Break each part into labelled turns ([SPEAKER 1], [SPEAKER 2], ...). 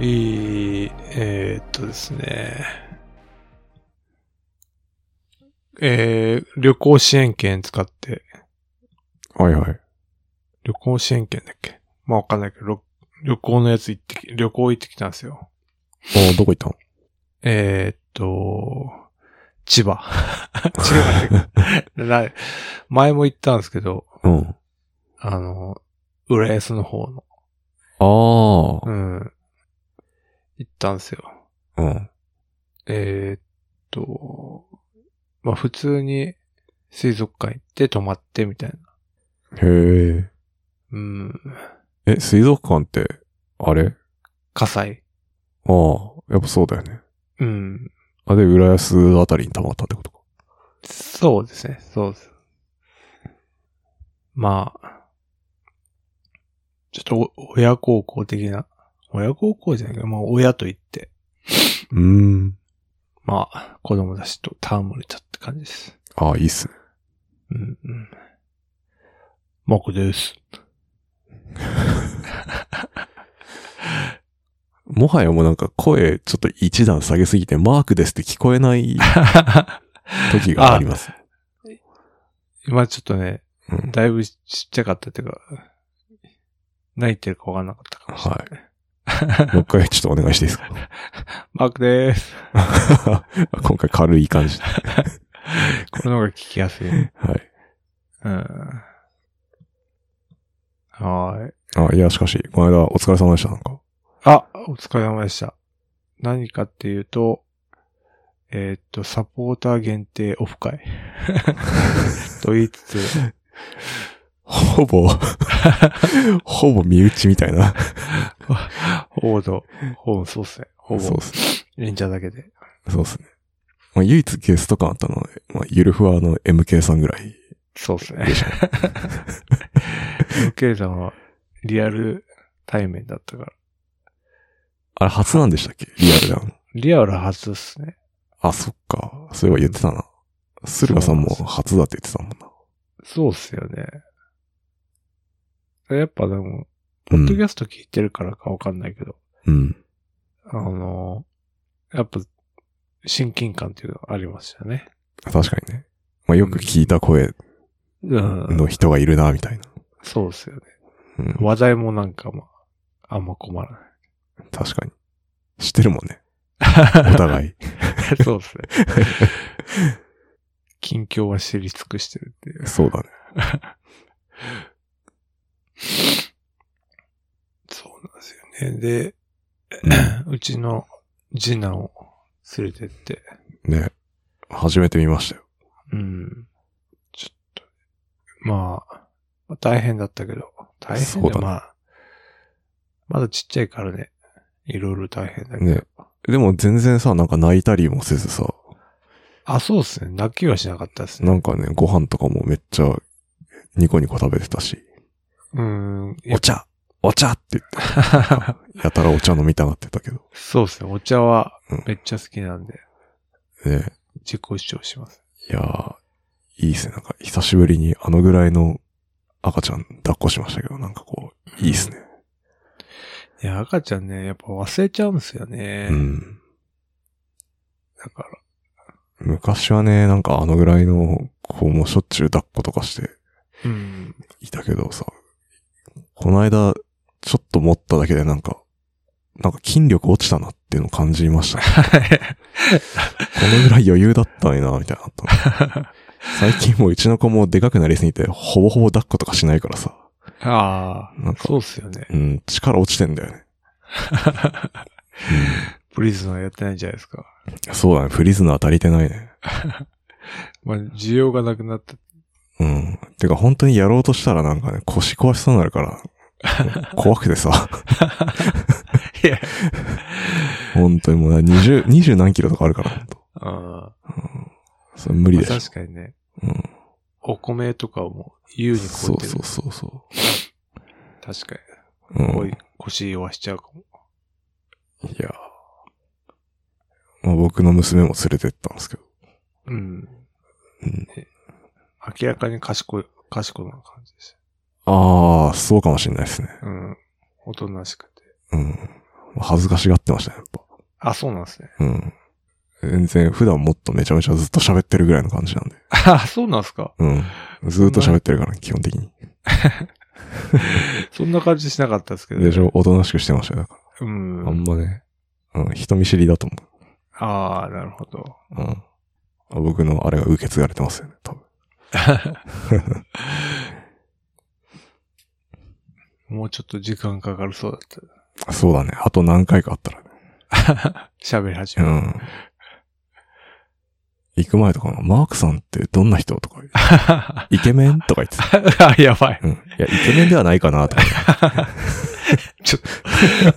[SPEAKER 1] えー、えーっとですね。えー、旅行支援券使って、
[SPEAKER 2] はいはい。
[SPEAKER 1] 旅行支援券だっけまあわかんないけど、ろ旅行のやつ行ってき、旅行行ってきたんですよ。
[SPEAKER 2] あどこ行ったの
[SPEAKER 1] えー、っと、千葉。千葉ってな前も行ったんですけど、
[SPEAKER 2] うん。
[SPEAKER 1] あの、浦安の方の、
[SPEAKER 2] あ
[SPEAKER 1] うん、行ったんですよ。
[SPEAKER 2] あ。うん。
[SPEAKER 1] えーっと、まあ普通に水族館行って泊まってみたいな。
[SPEAKER 2] へえ。
[SPEAKER 1] うん。
[SPEAKER 2] え、水族館って、あれ
[SPEAKER 1] 火災。
[SPEAKER 2] ああ、やっぱそうだよね。
[SPEAKER 1] うん。
[SPEAKER 2] あ、で、浦安あたりに溜まったってことか。
[SPEAKER 1] そうですね。そうです。まあ、ちょっとお親孝行的な、親孝行じゃないけど、まあ親と言って、
[SPEAKER 2] うーん。
[SPEAKER 1] まあ子供たちと戯れちゃって感じです。
[SPEAKER 2] ああ、いいっすね。
[SPEAKER 1] うんうん。マコです。
[SPEAKER 2] もはやもうなんか声ちょっと一段下げすぎてマークですって聞こえない時があります。
[SPEAKER 1] 今ちょっとね、
[SPEAKER 2] うん
[SPEAKER 1] だいぶちっちゃかったっていうか、泣いてるかわかんなかったかもしれない。
[SPEAKER 2] もう一回ちょっとお願いしていいです か
[SPEAKER 1] マークでーす。
[SPEAKER 2] 今回軽い感じで。
[SPEAKER 1] これの方が聞きやすい。
[SPEAKER 2] はい。
[SPEAKER 1] うん。はーい。
[SPEAKER 2] あ、いや、しかし、この間お疲れ様でした、なんか。
[SPEAKER 1] あ、お疲れ様でした。何かっていうと、えーっと、サポーター限定オフ 会。と言いつつ、
[SPEAKER 2] ほ ぼ、ほぼ身内みたいな。
[SPEAKER 1] ほぼ、ほぼ、そうっすね。ほぼ
[SPEAKER 2] そう、っすね。
[SPEAKER 1] レンジャーだけで。
[SPEAKER 2] そうっすね。まあ、唯一ゲスト感あったのは、まあ、ゆるふわの MK さんぐらい。
[SPEAKER 1] そうっすね。MK さんはリアル対面だったから。
[SPEAKER 2] あれ初なんでしたっけリアルであの。
[SPEAKER 1] リアル初っすね。
[SPEAKER 2] あ、そっか。そういえば言ってたな。駿河さんも初だって言ってたもんな。
[SPEAKER 1] そうっすよね。やっぱでも、
[SPEAKER 2] う
[SPEAKER 1] ポッドキ
[SPEAKER 2] ん。
[SPEAKER 1] ャスト聞いてるからかわかんないけど、
[SPEAKER 2] うん。
[SPEAKER 1] あの、やっぱ、親近感っていうのはありましたね。
[SPEAKER 2] 確かにね。まあ、よく聞いた声
[SPEAKER 1] うん。
[SPEAKER 2] の人がいるな、みたいな。
[SPEAKER 1] そうっすよね。
[SPEAKER 2] うん。
[SPEAKER 1] 話題もなんかまあ、あんま困 らない。
[SPEAKER 2] 確かに。知ってるもんね。お 互い。
[SPEAKER 1] そうっす ね。近況は知り尽くしてるっていう。
[SPEAKER 2] そうだね。
[SPEAKER 1] そうなんですよね。で、 うちの次男を連れてって、
[SPEAKER 2] ね。初めて見ましたよ。
[SPEAKER 1] うん。ちょっと、まあ、まあ大変だったけど、大変
[SPEAKER 2] そう
[SPEAKER 1] で、
[SPEAKER 2] だね
[SPEAKER 1] まあ、まだちっちゃいからね、いろいろ大変だけど。
[SPEAKER 2] ねでも全然さ、なんか泣いたりもせずさ、
[SPEAKER 1] あ、そうですね。泣きはしなかったですね。
[SPEAKER 2] なんかね、ご飯とかもめっちゃニコニコ食べてたし、
[SPEAKER 1] うん。いや
[SPEAKER 2] お茶お茶って言って、やたらお茶飲みたがってたけど。
[SPEAKER 1] そうですね。お茶は
[SPEAKER 2] うん
[SPEAKER 1] めっちゃ好きなんで、
[SPEAKER 2] ね
[SPEAKER 1] 自己主張します。
[SPEAKER 2] いやー、いいっすね。なんか久しぶりにあのぐらいの赤ちゃん抱っこしましたけど、なんかこう、いいっすね。
[SPEAKER 1] いや、赤ちゃんね、やっぱ忘れちゃうんですよね。
[SPEAKER 2] うん。
[SPEAKER 1] だから、
[SPEAKER 2] 昔はね、なんかあのぐらいの子もしょっちゅう抱っことかして
[SPEAKER 1] うん。
[SPEAKER 2] いたけどさ、この間、ちょっと持っただけでなんか、なんか筋力落ちたなっていうのを感じましたね、このぐらい余裕だったのにな、みたいなのあっ たの。最近もううちの子もでかくなりすぎて、ほぼほぼ抱っことかしないからさ、
[SPEAKER 1] あ
[SPEAKER 2] なん
[SPEAKER 1] あ、
[SPEAKER 2] か
[SPEAKER 1] そうっすよね。
[SPEAKER 2] うん、力落ちてんだよね。
[SPEAKER 1] プリズナーやってないんじゃないですか。
[SPEAKER 2] そうだね、フリズナー足りてないね。
[SPEAKER 1] まあ、需要がなくなった。
[SPEAKER 2] うん。てか本当にやろうとしたらなんかね、腰壊しそうになる から、怖くてさ、
[SPEAKER 1] いや、
[SPEAKER 2] 本当にもう二十、二十何キロとかあるから、本当
[SPEAKER 1] あ
[SPEAKER 2] それ無理
[SPEAKER 1] ー
[SPEAKER 2] でしょ。
[SPEAKER 1] 確かにね、
[SPEAKER 2] うん。
[SPEAKER 1] お米とかをもう優に超
[SPEAKER 2] そ
[SPEAKER 1] え
[SPEAKER 2] う
[SPEAKER 1] てる。
[SPEAKER 2] そうそうそ
[SPEAKER 1] 確か
[SPEAKER 2] う。う
[SPEAKER 1] に。
[SPEAKER 2] ん
[SPEAKER 1] こういう腰弱しちゃうかも。
[SPEAKER 2] いや。まあ、僕の娘も連れてったんですけど。
[SPEAKER 1] うん。
[SPEAKER 2] うん、
[SPEAKER 1] 明らかに賢い、賢いな感じです。
[SPEAKER 2] ああ、そうかもしれないですね。
[SPEAKER 1] うん。おとなしくて。
[SPEAKER 2] うん。恥ずかしがってましたね、やっぱ。
[SPEAKER 1] あ、そうなん ですね。
[SPEAKER 2] うん。全然、普段もっとめちゃめちゃずっと喋ってるぐらいの感じなんで。
[SPEAKER 1] あ、そうなんですか。
[SPEAKER 2] うん。ずっと喋ってるから、基本的に。
[SPEAKER 1] そんな感じしなかったですけど、
[SPEAKER 2] でしょ、おとなしくしてましたよ、だか
[SPEAKER 1] う
[SPEAKER 2] ら。あ
[SPEAKER 1] ん。
[SPEAKER 2] んまね。うん、人見知りだと思
[SPEAKER 1] ああ、なるほど。
[SPEAKER 2] う。うん。あ僕のあれが受け継がれてますよね、多分。
[SPEAKER 1] もうちょっと時間かかるそうだった。
[SPEAKER 2] そうだね。あと何回かあったらね。
[SPEAKER 1] 喋り始
[SPEAKER 2] う
[SPEAKER 1] める。
[SPEAKER 2] ん。行く前とかも、マークさんってどんな人と か、イケメンとか言ってた。
[SPEAKER 1] あ、やばい。
[SPEAKER 2] うん。いや、イケメンではないかな、とか。
[SPEAKER 1] ちょっと、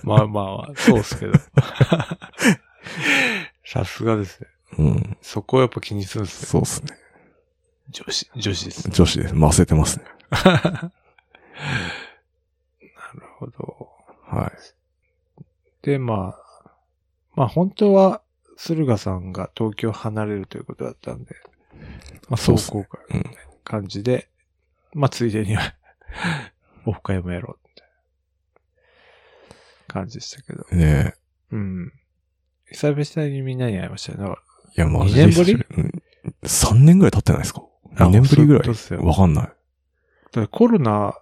[SPEAKER 1] まあまあ まあ、そうっすけど。さすがですね。
[SPEAKER 2] うん。
[SPEAKER 1] そこをやっぱ気にするんですね。
[SPEAKER 2] そうですね。
[SPEAKER 1] 女子、女子です。
[SPEAKER 2] 女子です。回せてますね。
[SPEAKER 1] なるほど。
[SPEAKER 2] はい。
[SPEAKER 1] で、まあ、まあ本当は、駿河さんが東京を離れるということだったんで、まあ
[SPEAKER 2] そう
[SPEAKER 1] 壮行
[SPEAKER 2] っす
[SPEAKER 1] 会み
[SPEAKER 2] う
[SPEAKER 1] たいな
[SPEAKER 2] ん
[SPEAKER 1] 感じで、まあついでに、 オフ会もやろうみたいな感じでしたけど。
[SPEAKER 2] ね
[SPEAKER 1] うん。久々にみんなに会いましたよね。だか
[SPEAKER 2] え。いや、マジで久し
[SPEAKER 1] 二
[SPEAKER 2] ぶり。うん、3年ぐらい経ってないですか
[SPEAKER 1] あ
[SPEAKER 2] ?2 年ぶりぐ
[SPEAKER 1] そういう
[SPEAKER 2] ら
[SPEAKER 1] ことっす
[SPEAKER 2] い
[SPEAKER 1] よ
[SPEAKER 2] わかんない。
[SPEAKER 1] らだからコロナ、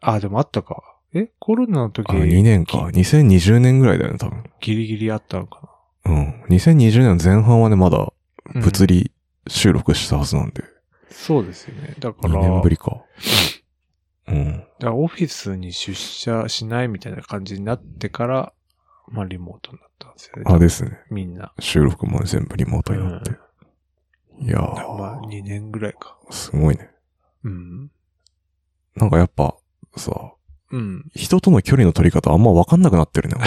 [SPEAKER 1] あ、でもあったか。えコロナの時
[SPEAKER 2] あ、、2年か。2020年ぐらいだよね、多分。
[SPEAKER 1] ギリギリあったのか
[SPEAKER 2] うん。2020年前半はね、まだ
[SPEAKER 1] な。
[SPEAKER 2] 物
[SPEAKER 1] 理。
[SPEAKER 2] 理収録したはずなんで。
[SPEAKER 1] そうですよね。だか
[SPEAKER 2] 2
[SPEAKER 1] ら、
[SPEAKER 2] 年ぶりか。うん。
[SPEAKER 1] だからオフィスに出社しないみたいな感じになってから、まあリモートになったんですよね。
[SPEAKER 2] あ、ですね。
[SPEAKER 1] みんな。
[SPEAKER 2] 収録も全部リモートになって。いや
[SPEAKER 1] まあ
[SPEAKER 2] ー、
[SPEAKER 1] 2年ぐらいか。
[SPEAKER 2] すごいね。
[SPEAKER 1] うん。
[SPEAKER 2] なんかやっぱ、さ、
[SPEAKER 1] うん。
[SPEAKER 2] 人との距離の取り方あんまわかんなくなってるね。俺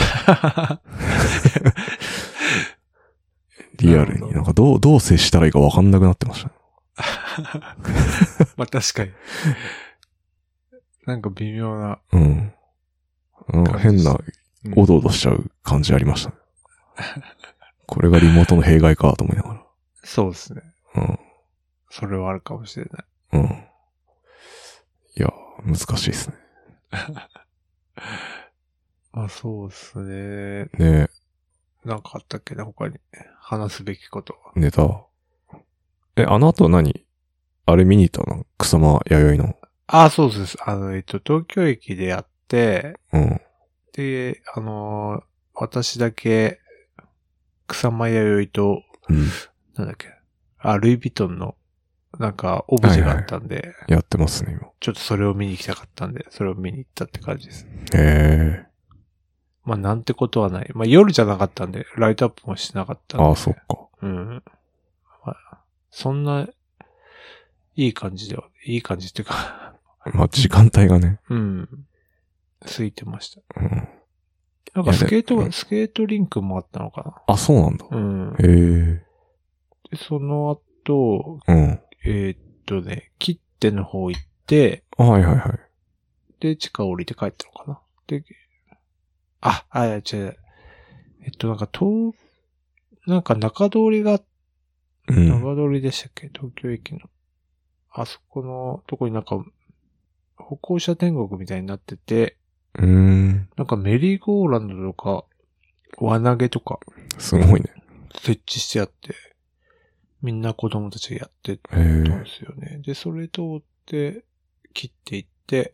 [SPEAKER 2] リアルに。
[SPEAKER 1] なる
[SPEAKER 2] な
[SPEAKER 1] ほ
[SPEAKER 2] んかどう、どう接したらいいかわかんなくなってましたね。
[SPEAKER 1] まあ確かに。なんか微妙な。
[SPEAKER 2] うん。なんか変な、
[SPEAKER 1] うん
[SPEAKER 2] おどおどしちゃう感じありましたね。これがリモートの弊害かと思いなが
[SPEAKER 1] そうですね。
[SPEAKER 2] ら。
[SPEAKER 1] それはあるかもしれない。
[SPEAKER 2] うん。うん。いや、難しいですね。
[SPEAKER 1] あ、そうですね。
[SPEAKER 2] ね
[SPEAKER 1] なんかあったっけな、他に。話すべきことは。
[SPEAKER 2] え、ネタ。え、あの後は何あれ見に行ったの草間弥生の。
[SPEAKER 1] あ、そうです。あの、えっと、東京駅でやって、
[SPEAKER 2] うん。
[SPEAKER 1] で、あのー私だけ、草間弥生と、
[SPEAKER 2] うん。
[SPEAKER 1] なんだっけ、あ、ルイ・ヴィトンの、なんか、オブジェがあったんで、
[SPEAKER 2] やってますね、今。
[SPEAKER 1] ちょっとそれを見に行きたかったんで、それを見に行ったって感じです。
[SPEAKER 2] へえ。
[SPEAKER 1] まあ、なんてことはない。まあ、夜じゃなかったんで、ライトアップもしなかったんで。
[SPEAKER 2] ああ、そっか。
[SPEAKER 1] うん。まあ、そんな、いい感じでは、いい感じっていうか、
[SPEAKER 2] まあ、時間帯がね。
[SPEAKER 1] うん。空いてました。
[SPEAKER 2] うん。
[SPEAKER 1] なんか、スケー
[SPEAKER 2] いや
[SPEAKER 1] ト、
[SPEAKER 2] で
[SPEAKER 1] スケートリンクもあったのか
[SPEAKER 2] あ、そうなんだ。
[SPEAKER 1] な。うん。
[SPEAKER 2] へえ。
[SPEAKER 1] で、その後、
[SPEAKER 2] うん。
[SPEAKER 1] えーっとね、切手の方行って、
[SPEAKER 2] はいはいはい。
[SPEAKER 1] で、地下降りて帰ったのかな。で、あ、あ、いや違う違う。えっと、なんか、東、なんか中通りが、
[SPEAKER 2] うん。
[SPEAKER 1] 中通りでしたっけ、東京駅の。あそこのとこになんか、歩行者天国みたいになってて、
[SPEAKER 2] うーん。
[SPEAKER 1] なんかメリーゴーランドとか、輪投げとか
[SPEAKER 2] すごいね。
[SPEAKER 1] 設置してあって、みんな子供たちがやって
[SPEAKER 2] へえ
[SPEAKER 1] そう。ですよね。で、それ通って、切っていって、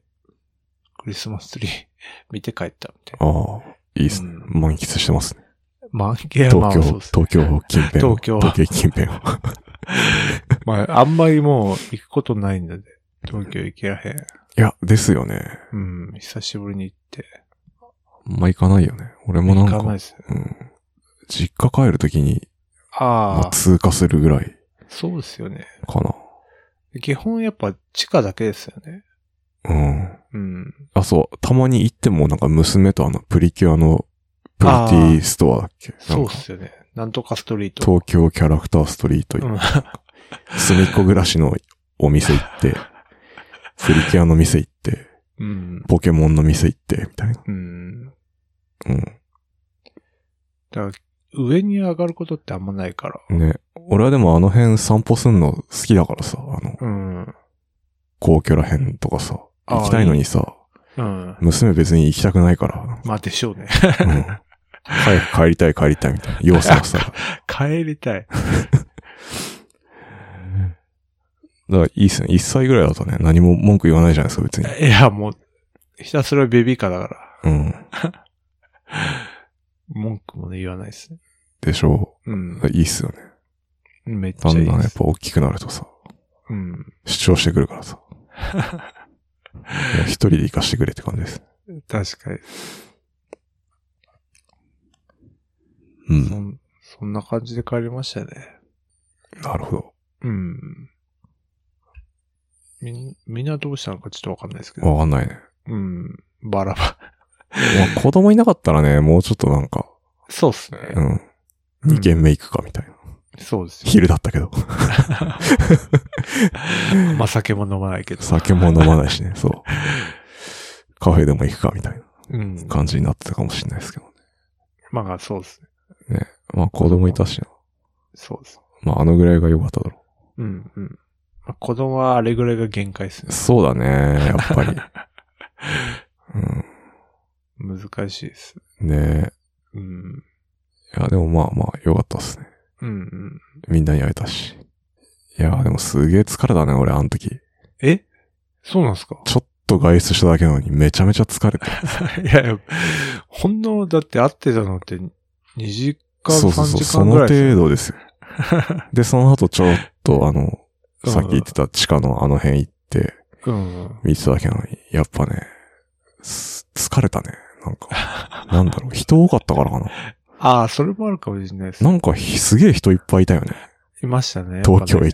[SPEAKER 1] クリスマスツリー 見て帰ったみたいな。
[SPEAKER 2] ああ、いいっすね。
[SPEAKER 1] う
[SPEAKER 2] 満喫してますね。
[SPEAKER 1] まあ、ゲーム
[SPEAKER 2] 東京、
[SPEAKER 1] そうですね
[SPEAKER 2] 東京近辺を。
[SPEAKER 1] 東京
[SPEAKER 2] 東京近辺を。
[SPEAKER 1] まあ、あんまりもう行くことないんだで、東京行けらへん。
[SPEAKER 2] いや、ですよね。
[SPEAKER 1] うん、久しぶりに行って。
[SPEAKER 2] あんま行かないよね。俺もな
[SPEAKER 1] 行
[SPEAKER 2] ん
[SPEAKER 1] か
[SPEAKER 2] か、
[SPEAKER 1] ないですね。
[SPEAKER 2] うん。実家帰るときに、ま
[SPEAKER 1] あ
[SPEAKER 2] あ
[SPEAKER 1] あ、
[SPEAKER 2] 通過するぐらい
[SPEAKER 1] そうですよね。
[SPEAKER 2] かな。
[SPEAKER 1] 基本やっぱ地下だけですよね。
[SPEAKER 2] うん。
[SPEAKER 1] うん。
[SPEAKER 2] あ、そう。たまに行ってもなんか娘とあの、プリキュアの、プリティストアだっけな
[SPEAKER 1] そ
[SPEAKER 2] ん
[SPEAKER 1] う
[SPEAKER 2] か
[SPEAKER 1] で、すよね。なんとかストリート。
[SPEAKER 2] 東京キャラクターストリート行っ
[SPEAKER 1] うん。
[SPEAKER 2] 隅っこ暮らしのお店 行って、プリキュアの店行って、
[SPEAKER 1] うん。
[SPEAKER 2] ポケモンの店行って、みたいな。
[SPEAKER 1] うん。
[SPEAKER 2] う
[SPEAKER 1] だから、上に上がることってあんまないから。
[SPEAKER 2] ん。ね。俺はでもあの辺散歩すんの好きだからさ、あの、
[SPEAKER 1] うん。
[SPEAKER 2] 皇居ら辺とかさ、
[SPEAKER 1] あー
[SPEAKER 2] 行きたいのにさ、
[SPEAKER 1] うん。
[SPEAKER 2] 娘別に行きたくな いから、
[SPEAKER 1] まあでしょうね。
[SPEAKER 2] うん、早く帰りたい帰りたいみたいな、要素 がさ、だか
[SPEAKER 1] 帰りたい。
[SPEAKER 2] らいいっすね。1歳ぐらいだとね、何も文句言わないじゃないですか、別に。
[SPEAKER 1] いや、もう、ひたすらベビーカーだから、
[SPEAKER 2] うん。
[SPEAKER 1] 文句もね、言わないですね。
[SPEAKER 2] でしょ
[SPEAKER 1] うん
[SPEAKER 2] う。。いいっすよね。
[SPEAKER 1] めっちゃ
[SPEAKER 2] だ
[SPEAKER 1] い
[SPEAKER 2] ん
[SPEAKER 1] い
[SPEAKER 2] だん
[SPEAKER 1] で
[SPEAKER 2] やっ
[SPEAKER 1] す。
[SPEAKER 2] ぱ大きくなるとさ、
[SPEAKER 1] うん。
[SPEAKER 2] 主張してくるか らさ。いや一人で行かしてくれって感じです。
[SPEAKER 1] 確かに。
[SPEAKER 2] う
[SPEAKER 1] そ
[SPEAKER 2] ん。
[SPEAKER 1] んそんな感じで帰りましたね。
[SPEAKER 2] なるほど。
[SPEAKER 1] うん。みん、みんなどうしたのかちょっとわかんないですけど。
[SPEAKER 2] わかんないね。
[SPEAKER 1] うん。バラバラ。
[SPEAKER 2] まあ、子供いなかったらね、もうちょっとなんか、
[SPEAKER 1] そうっすね。
[SPEAKER 2] うん。
[SPEAKER 1] うん
[SPEAKER 2] 2軒目行くかみたいな。
[SPEAKER 1] そうですよ。
[SPEAKER 2] 昼だったけど。
[SPEAKER 1] まあ、酒も飲まないけど。
[SPEAKER 2] 酒も飲まないしね、そう。カフェでも行くかみたいな
[SPEAKER 1] うん。
[SPEAKER 2] 感じになってたかもしれないですけどね。
[SPEAKER 1] まあ、そうっすね。
[SPEAKER 2] まあ子供いたしな。
[SPEAKER 1] そうっす。
[SPEAKER 2] まああのぐらいが良かっただろ
[SPEAKER 1] うん、うん。まあ、子供はあれぐらいが限界っす
[SPEAKER 2] う。
[SPEAKER 1] ね。
[SPEAKER 2] そうだね、やっ ぱり。
[SPEAKER 1] 難しいです。
[SPEAKER 2] うん。ね
[SPEAKER 1] うん。
[SPEAKER 2] え。いや、でもまあまあ良かったっすね。
[SPEAKER 1] うん、うん。
[SPEAKER 2] みんなに会えたし。いや、でもすげえ疲れたね、俺、あの時。
[SPEAKER 1] えそうなんすか
[SPEAKER 2] ちょっと外出しただけなのにめちゃめちゃ疲れて。
[SPEAKER 1] いやいや、ほんの、だって会ってたのって2時間、
[SPEAKER 2] そうそう
[SPEAKER 1] 3
[SPEAKER 2] そう、
[SPEAKER 1] 時
[SPEAKER 2] そ
[SPEAKER 1] 間
[SPEAKER 2] の
[SPEAKER 1] ぐらい
[SPEAKER 2] 程
[SPEAKER 1] ですよ
[SPEAKER 2] 度 ですよ。で、その後ちょっとあの、
[SPEAKER 1] うん
[SPEAKER 2] さっき言ってた地下のあの辺行って、
[SPEAKER 1] うん。
[SPEAKER 2] 見てただけなのに、やっぱね、す疲れたね。なん か、なんだろう、人多かったからかな。
[SPEAKER 1] ああ、それもあるかもしれないです。
[SPEAKER 2] なんかひすげえ人いっぱいいたよね。
[SPEAKER 1] いましたね。
[SPEAKER 2] 東京
[SPEAKER 1] やっ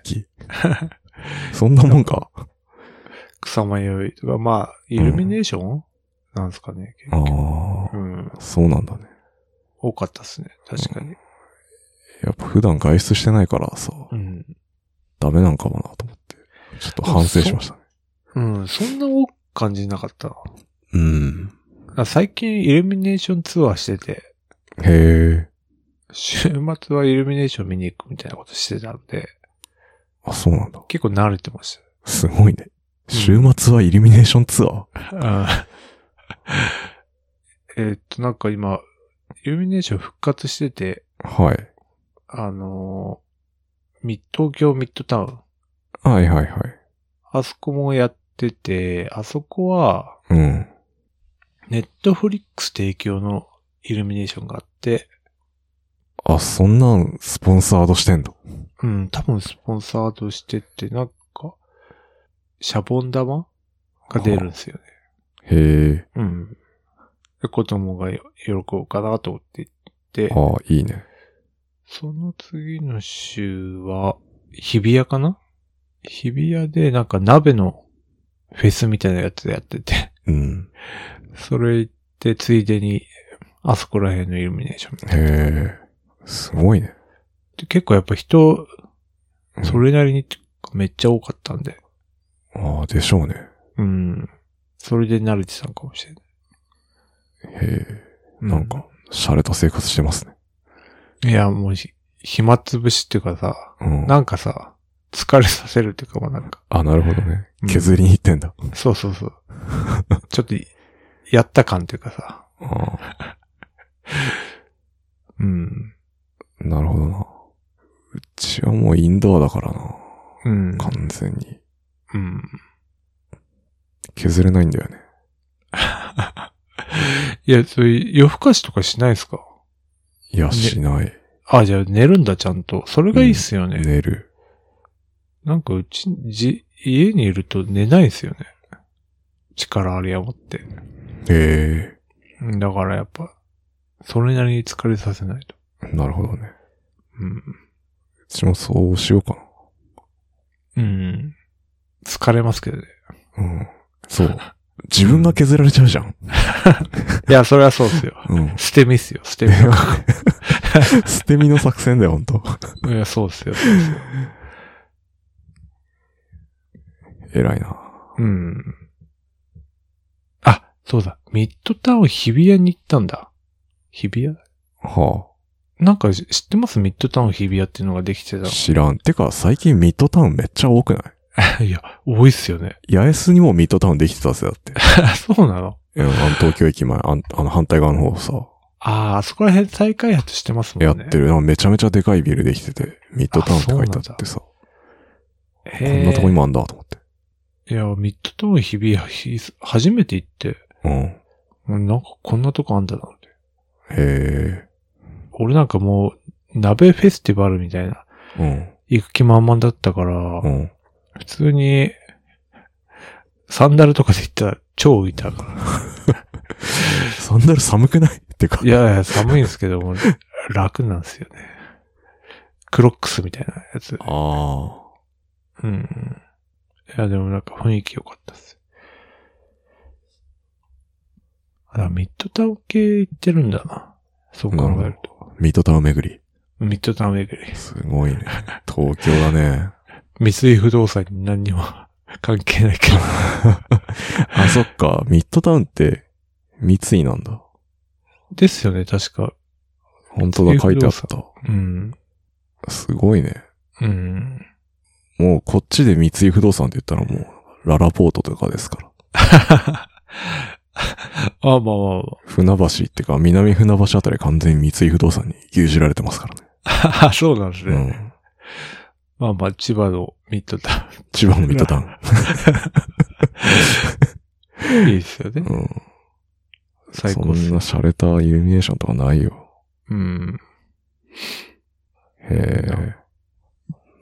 [SPEAKER 1] ぱね
[SPEAKER 2] 駅。そんなもんか。
[SPEAKER 1] 草間弥生とか、まあ、イルミネーション、なんですかね。結
[SPEAKER 2] あ
[SPEAKER 1] 局
[SPEAKER 2] あ、
[SPEAKER 1] うん。
[SPEAKER 2] そうなんだね。
[SPEAKER 1] 多かったですね。確かに。
[SPEAKER 2] やっぱ普段外出してないからさ、
[SPEAKER 1] うん。
[SPEAKER 2] ダメなんかもなと思って、ちょっと反省しましたね。
[SPEAKER 1] うん、そんな多く感じなかったな。
[SPEAKER 2] うん。
[SPEAKER 1] あ最近イルミネーションツアーしてて、
[SPEAKER 2] へえ。
[SPEAKER 1] 週末はイルミネーション見に行くみたいなことしてたんで、
[SPEAKER 2] あ、そうなんだ。
[SPEAKER 1] 結構慣れてまし
[SPEAKER 2] すごいね。週末はイルミネーションツアー
[SPEAKER 1] た。えーっと、なんか今、イルミネーション復活してて、
[SPEAKER 2] はい。
[SPEAKER 1] あのーミ東京ミッドタウン、
[SPEAKER 2] はいはいはい。
[SPEAKER 1] あそこもやってて、あそこは、
[SPEAKER 2] うん。
[SPEAKER 1] ネットフリックス提供のイルミネーションがあって、
[SPEAKER 2] あ、そんなん、スポンサードしてんだ。
[SPEAKER 1] うん、多分スポンサーとしてて、なんか、シャボン玉が出るんですよね。
[SPEAKER 2] へえ。
[SPEAKER 1] うん。で、子供がよ喜ぶかなと思って行って、
[SPEAKER 2] ああ、いいね。
[SPEAKER 1] その次の週は、日比谷かな日比谷でなんか鍋のフェスみたいなやつやってて、
[SPEAKER 2] うん。
[SPEAKER 1] それ行って、ついでに、あそこら辺のイルミネーションみたいな。
[SPEAKER 2] へえ。すごいね。
[SPEAKER 1] で結構やっぱ人、
[SPEAKER 2] うん
[SPEAKER 1] それなりにめっちゃ多かったんで、
[SPEAKER 2] ああ、でしょうね。
[SPEAKER 1] うん。それで慣れてたのかもしれない。
[SPEAKER 2] へえ。
[SPEAKER 1] う
[SPEAKER 2] なんか、洒落た生活してますね。
[SPEAKER 1] いや、もうひ、暇つぶしっていうかさ、
[SPEAKER 2] うん。
[SPEAKER 1] なんかさ、疲れさせるっていうか、まあなんか、
[SPEAKER 2] あ、なるほどね
[SPEAKER 1] う。ん
[SPEAKER 2] 削りに行ってんだ。
[SPEAKER 1] そうそうそう。 ちょっとい、やった感っていうかさ、
[SPEAKER 2] あ
[SPEAKER 1] うん。
[SPEAKER 2] あ、なるほどな。うちはもうインドアだからな。
[SPEAKER 1] うん。
[SPEAKER 2] 完全に。
[SPEAKER 1] うん。
[SPEAKER 2] 削れないんだよね。
[SPEAKER 1] いや、そういう夜更かしとかしないですか
[SPEAKER 2] いや、しない。
[SPEAKER 1] あ、じゃあ寝るんだ、ちゃんと。それがいいっすよね。
[SPEAKER 2] 寝る。
[SPEAKER 1] なんかうち、じ、家にいると寝ないですよね。力あり余って。
[SPEAKER 2] へ
[SPEAKER 1] うんだからやっぱ、それなりに疲れさせないと。
[SPEAKER 2] え。なるほどね。
[SPEAKER 1] うん。
[SPEAKER 2] うちもそうしようかな。
[SPEAKER 1] うん。疲れますけどね。
[SPEAKER 2] うん。そう。自分が削られちゃうじゃん。
[SPEAKER 1] いや、それはそうっすよ。
[SPEAKER 2] うん。
[SPEAKER 1] 捨て身っすよ、捨て身。
[SPEAKER 2] 捨て身の作戦だよ、ほんと。
[SPEAKER 1] いや、そうっすよ、そうっすよ。
[SPEAKER 2] 偉いな。
[SPEAKER 1] うん。あ、そうだ。ミッドタウン日比谷に行ったんだ。日比谷
[SPEAKER 2] は
[SPEAKER 1] なんかし知ってますミッドタウン日比谷っていうのができてた
[SPEAKER 2] あ、
[SPEAKER 1] の。
[SPEAKER 2] 知らん。てか、最近ミッドタウンめっちゃ多くない
[SPEAKER 1] いや、多いっすよね。
[SPEAKER 2] 八重洲にもミッドタウンできてたぜ、だって。
[SPEAKER 1] そうなの
[SPEAKER 2] うん、あの東京駅前、あんあの反対側の方さ、
[SPEAKER 1] ああ、あそこら辺再開発してますもんね。
[SPEAKER 2] やってる。なんかめちゃめちゃでかいビルできてて、ミッドタウンって書いてあってさ、こ
[SPEAKER 1] へー
[SPEAKER 2] んなとこにもあんだと思って。
[SPEAKER 1] いや、ミッドタウン日々、ひ初めて行って、
[SPEAKER 2] うん。
[SPEAKER 1] うんなんかこんなとこあんだなって。
[SPEAKER 2] へ
[SPEAKER 1] 俺なんかもう、鍋フェスティバルみたいな、
[SPEAKER 2] え。うん。
[SPEAKER 1] 行く気満々だったから、
[SPEAKER 2] うん。
[SPEAKER 1] 普通に、サンダルとかで行ったら超浮いたから。
[SPEAKER 2] サンダル寒くないってか。
[SPEAKER 1] いやいや、寒いんですけども、楽なんですよね。クロックスみたいなやつ。
[SPEAKER 2] あ
[SPEAKER 1] うんうん。いや、でもなんか雰囲気良かったっす。あ、だからミッドタウン系行ってるんだな。そう考えると。
[SPEAKER 2] あ。ミッドタウン巡
[SPEAKER 1] ミッドタウン巡り
[SPEAKER 2] り。。すごい ね。東京だね。
[SPEAKER 1] 三井不動産に何にも関係ないけど。
[SPEAKER 2] あ、そっか。ミッドタウンって、三井なんだ。
[SPEAKER 1] ですよね、確か。
[SPEAKER 2] 本当だ、書いてあっ
[SPEAKER 1] 三
[SPEAKER 2] た。
[SPEAKER 1] うん。
[SPEAKER 2] すごいね。
[SPEAKER 1] うん。
[SPEAKER 2] もうこっちで三井不動産って言ったらもう、ララポートとかですから。
[SPEAKER 1] あ、まあまあま
[SPEAKER 2] 船橋ってか、南船橋あたり完全に三井不動産に牛耳られてますからね。
[SPEAKER 1] あ。そうなんですね。
[SPEAKER 2] うん。
[SPEAKER 1] まあまあ、千葉のミッドタ
[SPEAKER 2] 千葉のミッドタウ ン。
[SPEAKER 1] ウン。いいですよね。
[SPEAKER 2] うん。
[SPEAKER 1] 最高っ
[SPEAKER 2] そ
[SPEAKER 1] す
[SPEAKER 2] んな。洒落たイルミネーションとかないよ。
[SPEAKER 1] うん。
[SPEAKER 2] へえ。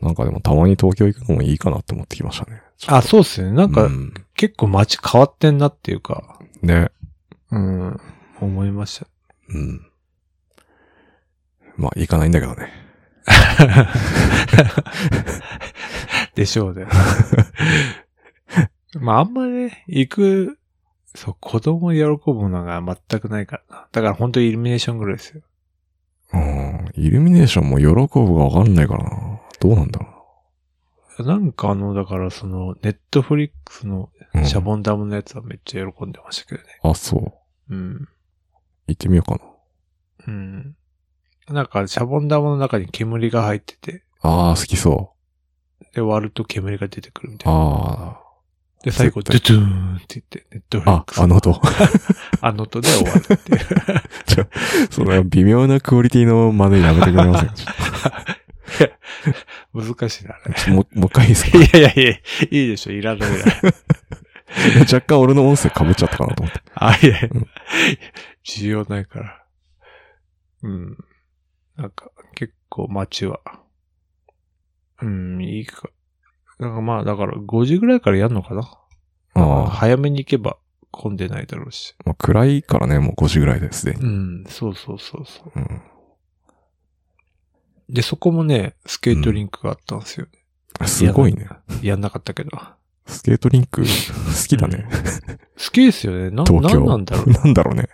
[SPEAKER 2] なんかでもたまに東京行くのもいいかなって思ってきましたね。
[SPEAKER 1] あ、そうっすよね。なん
[SPEAKER 2] う
[SPEAKER 1] か、
[SPEAKER 2] ん
[SPEAKER 1] 結構街変わってんなっていうか、
[SPEAKER 2] ね。
[SPEAKER 1] うん、思いました。
[SPEAKER 2] うん。まあ、行かないんだけどね。
[SPEAKER 1] でしょう ね。まああんまね、行く、そう、子供喜ぶのが全くないからな。だから本当イルミネーションぐらいですよ。
[SPEAKER 2] うん。イルミネーションも喜ぶかわかんないからな。どうなんだろ
[SPEAKER 1] なんかあの、だからその、ネットフリックスの
[SPEAKER 2] うな。うん
[SPEAKER 1] シャボンダムのやつはめっちゃ喜んでましたけどね。
[SPEAKER 2] あ、そう。
[SPEAKER 1] うん。
[SPEAKER 2] 行ってみようかな。
[SPEAKER 1] うん。なんか、シャボン玉の中に煙が入ってて、
[SPEAKER 2] ああ、好きそ
[SPEAKER 1] で、割ると煙が出てくるみ
[SPEAKER 2] う。
[SPEAKER 1] たいな。
[SPEAKER 2] あ
[SPEAKER 1] で、最後、ドゥ
[SPEAKER 2] 絶
[SPEAKER 1] ドゥーンって言って、ネットフ
[SPEAKER 2] あ。
[SPEAKER 1] リッ
[SPEAKER 2] あ
[SPEAKER 1] ク、ス。
[SPEAKER 2] あの音。
[SPEAKER 1] あの音で終わるっていう。
[SPEAKER 2] その微妙なクオリティの真似やめてくれ ませんかちょ
[SPEAKER 1] 難しいな、あれ。
[SPEAKER 2] っともう、もう一回いいです か
[SPEAKER 1] いやいやいや、いいでしょ、いらないいらない。
[SPEAKER 2] 若干俺の音声被っちゃったかなと思って。
[SPEAKER 1] あ、いやいや
[SPEAKER 2] うん、
[SPEAKER 1] 需要ないから。うん。なんか、結構街は。うん、いいか。なんかまあ、だから5時ぐらいからやんのかな。
[SPEAKER 2] ああ、
[SPEAKER 1] 早めに行けば混んでないだろうし。
[SPEAKER 2] まあ、暗いからね、もう5時ぐらいですでに。
[SPEAKER 1] うん、そうそうそうそう。
[SPEAKER 2] うん。
[SPEAKER 1] で、そこもね、スケートリンクがあったんですよ。
[SPEAKER 2] すごいね。
[SPEAKER 1] やんなかったけど。
[SPEAKER 2] スケートリンク、好きだね。
[SPEAKER 1] 好きですよね。な、
[SPEAKER 2] 東
[SPEAKER 1] な
[SPEAKER 2] 京。
[SPEAKER 1] んなんだろう。
[SPEAKER 2] なんだろうね。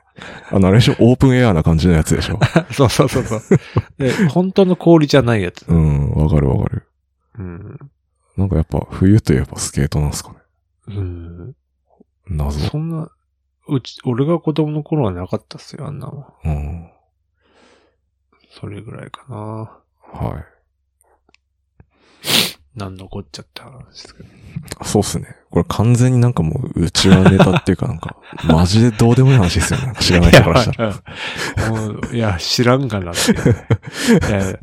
[SPEAKER 2] あの、あれでしょ、オープンエアな感じのやつでしょ。
[SPEAKER 1] そうそうそうそう。で、本当の氷じゃないやつ。
[SPEAKER 2] うん、わかるわかる。
[SPEAKER 1] うん。
[SPEAKER 2] なんかやっぱ、冬といえばスケートなんすかね。
[SPEAKER 1] うん。
[SPEAKER 2] 謎。
[SPEAKER 1] そんな、うち、俺が子供の頃はなかったっすよ、あんなもん。
[SPEAKER 2] うん。
[SPEAKER 1] それぐらいかな。
[SPEAKER 2] は
[SPEAKER 1] なん残っちゃった話ですけど。
[SPEAKER 2] い。そうっすね。これ完全になんかもう、うちはネタっていうかなん か、マジでどうでもいい話ですよね。なんか知らない人からしたら。
[SPEAKER 1] いやもういや、知らんがなっていう。いやいやいやいや
[SPEAKER 2] で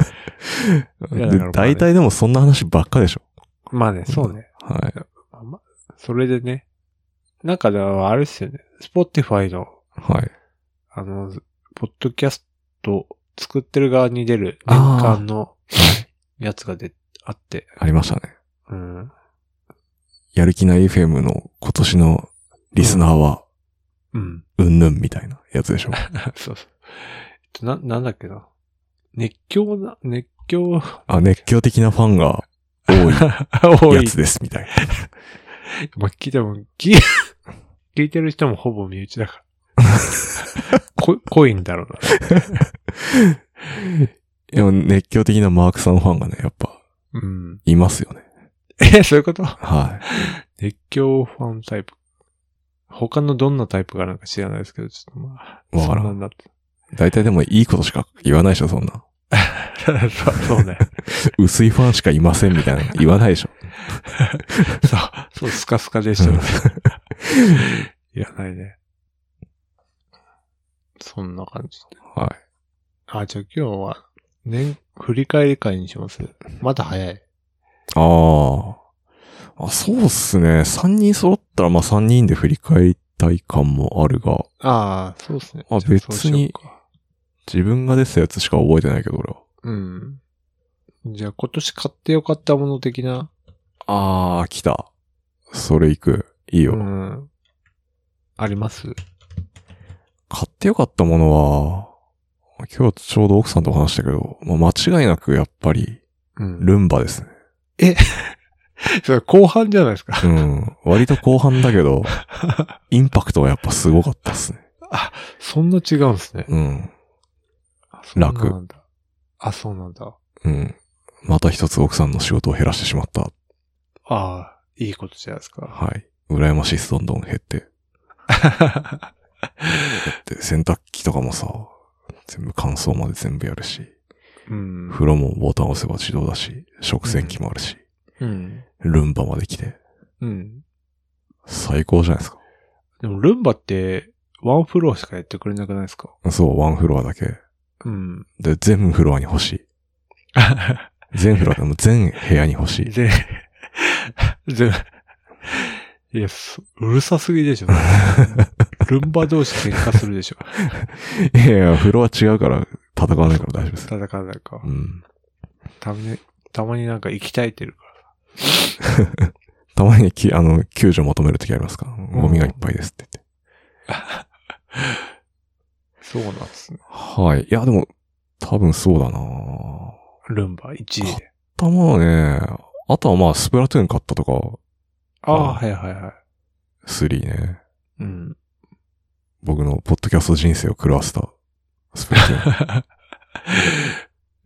[SPEAKER 1] まあね
[SPEAKER 2] 大体でもそんな話ばっかでしょ。
[SPEAKER 1] まあね、そうね。
[SPEAKER 2] はい。
[SPEAKER 1] まあまあそれでね。なんか、あれっすよね。スポティファイの、
[SPEAKER 2] はい。
[SPEAKER 1] あの、ポッドキャスト作ってる側に出る年間のやつがで、あって。
[SPEAKER 2] ありましたね。
[SPEAKER 1] うん。
[SPEAKER 2] やる気ない FM の今年のリスナーは、
[SPEAKER 1] うん。
[SPEAKER 2] うんぬんみたいなやつでしょ。
[SPEAKER 1] そうそう。えっと、な、なんだっけな。熱狂な、熱狂
[SPEAKER 2] あ、熱狂的なファンが多
[SPEAKER 1] 多い
[SPEAKER 2] いや。つです、みたいな。
[SPEAKER 1] まあ、聞いても、聞い、 聞いてる人もほぼ身内だから。 こ、濃いんだろう
[SPEAKER 2] でも熱狂的なマークさんファンがね、やっぱ、
[SPEAKER 1] な。うん。
[SPEAKER 2] いますよね。
[SPEAKER 1] え、そういうこと
[SPEAKER 2] はい。
[SPEAKER 1] 熱狂ファンタイプ。他のどんなタイプがなんか知らないですけど、ちょっとまあ、
[SPEAKER 2] わからん
[SPEAKER 1] そんなんなって。
[SPEAKER 2] 大体でもいいことしか言わないでしょ、そんな。
[SPEAKER 1] そうそうね。
[SPEAKER 2] 薄いファンしかいませんみたいな。 言わないでしょ。
[SPEAKER 1] そう、そう、スカスカでしたよね。 いらないね。そんな感じで。
[SPEAKER 2] は
[SPEAKER 1] あ、じゃあ今日は、年、振り返り会にします。まだ早い。
[SPEAKER 2] い。ああ。あ、そうっすね。3人揃ったら、まあ3人で振り返りたい感もあるが、
[SPEAKER 1] ああ、そうですね。
[SPEAKER 2] あ
[SPEAKER 1] じゃそうしようか
[SPEAKER 2] 自分が出したやつしか覚えてないけど、俺は。
[SPEAKER 1] うん。じゃあ今年買ってよかったもの的な。
[SPEAKER 2] あー、来た。それ行く。いいうよ。
[SPEAKER 1] ん。あります
[SPEAKER 2] 買ってよかったものは、今日ちょうど奥さんと話したけど、まあ、間違いなくやっぱり、
[SPEAKER 1] うん。
[SPEAKER 2] ルンバですね。
[SPEAKER 1] それ後半じゃないですか。
[SPEAKER 2] うん。割と後半だけど、インパクトはやっぱすごかったですね。
[SPEAKER 1] そんな違うんですね。
[SPEAKER 2] うん。
[SPEAKER 1] あそうなん
[SPEAKER 2] 楽
[SPEAKER 1] だ。あ、そうなんだ。
[SPEAKER 2] うん。また一つ奥さんの仕事を減らしてしまった。
[SPEAKER 1] ああ、いいことじゃないですか。
[SPEAKER 2] はい。羨ましいです。どんどん減って。で、洗濯機とかもさ、全部乾燥まで全部やるし、
[SPEAKER 1] うん。
[SPEAKER 2] 風呂もボタン押せば自動だし、食洗機もあるし、
[SPEAKER 1] うん。
[SPEAKER 2] ルンバまで来て、
[SPEAKER 1] うん。
[SPEAKER 2] 最高じゃないですか。
[SPEAKER 1] でもルンバって、ワンフロアしかやってくれなくないですか
[SPEAKER 2] そう、ワンフロアだけ。
[SPEAKER 1] うん。
[SPEAKER 2] で、全フロアに欲しい。全フロアでも全部屋に欲しい。
[SPEAKER 1] で、で、いや、そうるさすぎでしょ。ルンバ同士喧嘩するでしょ。
[SPEAKER 2] いやいや、フロア違うから戦わないから大丈夫です。
[SPEAKER 1] 戦わないか
[SPEAKER 2] う。ん。
[SPEAKER 1] たまに、たまになんか生きたいてるか
[SPEAKER 2] たまにき、あの、救助求めるときありますかゴミがいっぱいですって言って。
[SPEAKER 1] ら。そうなんですね。
[SPEAKER 2] はい。いや、でも、多分そうだなぁ
[SPEAKER 1] ルンバ1位で。
[SPEAKER 2] 買ったものね。あとはまあ、スプラトゥーン買ったとか、
[SPEAKER 1] ああ、
[SPEAKER 2] あ
[SPEAKER 1] はいはいはい。
[SPEAKER 2] 3ね。
[SPEAKER 1] うん。
[SPEAKER 2] 僕のポッドキャスト人生を狂わせた、スプラトゥ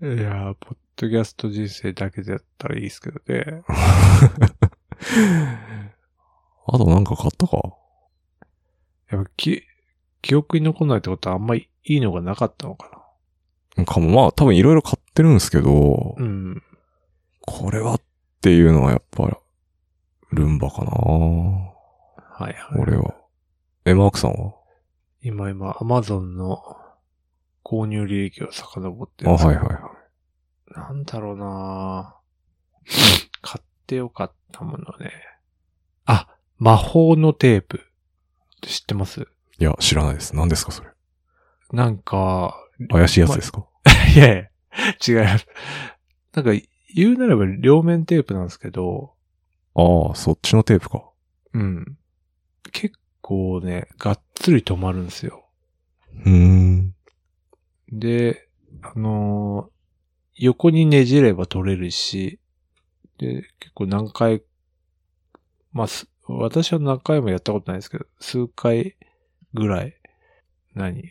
[SPEAKER 2] ーン。
[SPEAKER 1] いやー、ポッドキャスト人生だけでやったらいいですけどね。
[SPEAKER 2] あとなんか買ったか
[SPEAKER 1] やっぱき、記憶に残んないってことはあんまりいいのがなかったのか
[SPEAKER 2] かも、まあ、多分いろいろ買ってるんですけど、
[SPEAKER 1] な。うん。
[SPEAKER 2] これはっていうのはやっぱ、ルンバかな
[SPEAKER 1] はいはい。
[SPEAKER 2] 俺は。え、マークさんは
[SPEAKER 1] 今今、アマゾンの購入履歴を遡って
[SPEAKER 2] あ、
[SPEAKER 1] るんです
[SPEAKER 2] はい
[SPEAKER 1] け
[SPEAKER 2] は
[SPEAKER 1] ど
[SPEAKER 2] いはい。
[SPEAKER 1] なんだろうなぁ買ってよかったものね。あ、魔法のテープ。知ってます
[SPEAKER 2] いや、知らないです。何ですか、それ。
[SPEAKER 1] なんか、
[SPEAKER 2] 怪しいやつですか
[SPEAKER 1] いやいや、違います。なんか、言うなれば両面テープなんですけど、
[SPEAKER 2] ああ、そっちのテープか。
[SPEAKER 1] うん。結構ね、がっつり止まるんですよ。
[SPEAKER 2] うーん。
[SPEAKER 1] で、あのー横にねじれば取れるし、で、結構何回、まあ、す私は何回もやったことないですけど、数回ぐらい、何、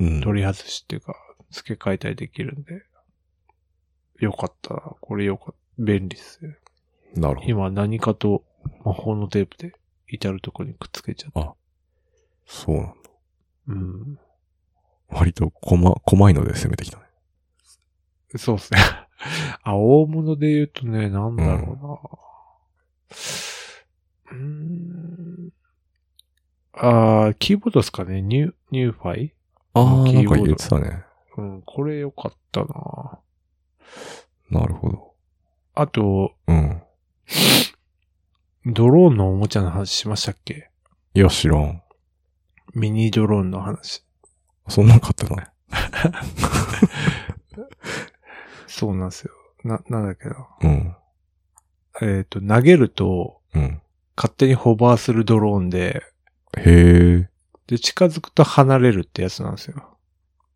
[SPEAKER 2] うん。
[SPEAKER 1] 取り外しっていうか、付け替えたりできるんで、よかったな。これよかった。便利ですね。
[SPEAKER 2] なるほど。
[SPEAKER 1] 今何かと魔法のテープで至るとこにくっつけちゃった。
[SPEAKER 2] そうなんだ。
[SPEAKER 1] うん。
[SPEAKER 2] 割と、こま、細いので攻めてきたね。
[SPEAKER 1] そうですね。 あ、大物で言うとね、なんだろうな。うーん。あーキーボードですかねニュニューファイ
[SPEAKER 2] あ
[SPEAKER 1] キ
[SPEAKER 2] あ、
[SPEAKER 1] ー
[SPEAKER 2] なん
[SPEAKER 1] ボード
[SPEAKER 2] か言ってたね。
[SPEAKER 1] うん、これ良かったな。
[SPEAKER 2] なるほど。
[SPEAKER 1] あと、
[SPEAKER 2] うん。
[SPEAKER 1] ドローンのおもちゃの話しましたっけ
[SPEAKER 2] いや、知らん。
[SPEAKER 1] ミニドローンの話。
[SPEAKER 2] そんなん買ってたね。
[SPEAKER 1] そうなんですよ。な、なんだっけな。
[SPEAKER 2] うん。
[SPEAKER 1] えっ、と、投げると、
[SPEAKER 2] うん。
[SPEAKER 1] 勝手にホバーするドローンで、
[SPEAKER 2] へえ。
[SPEAKER 1] で、近づくと離れるってやつなんですよ。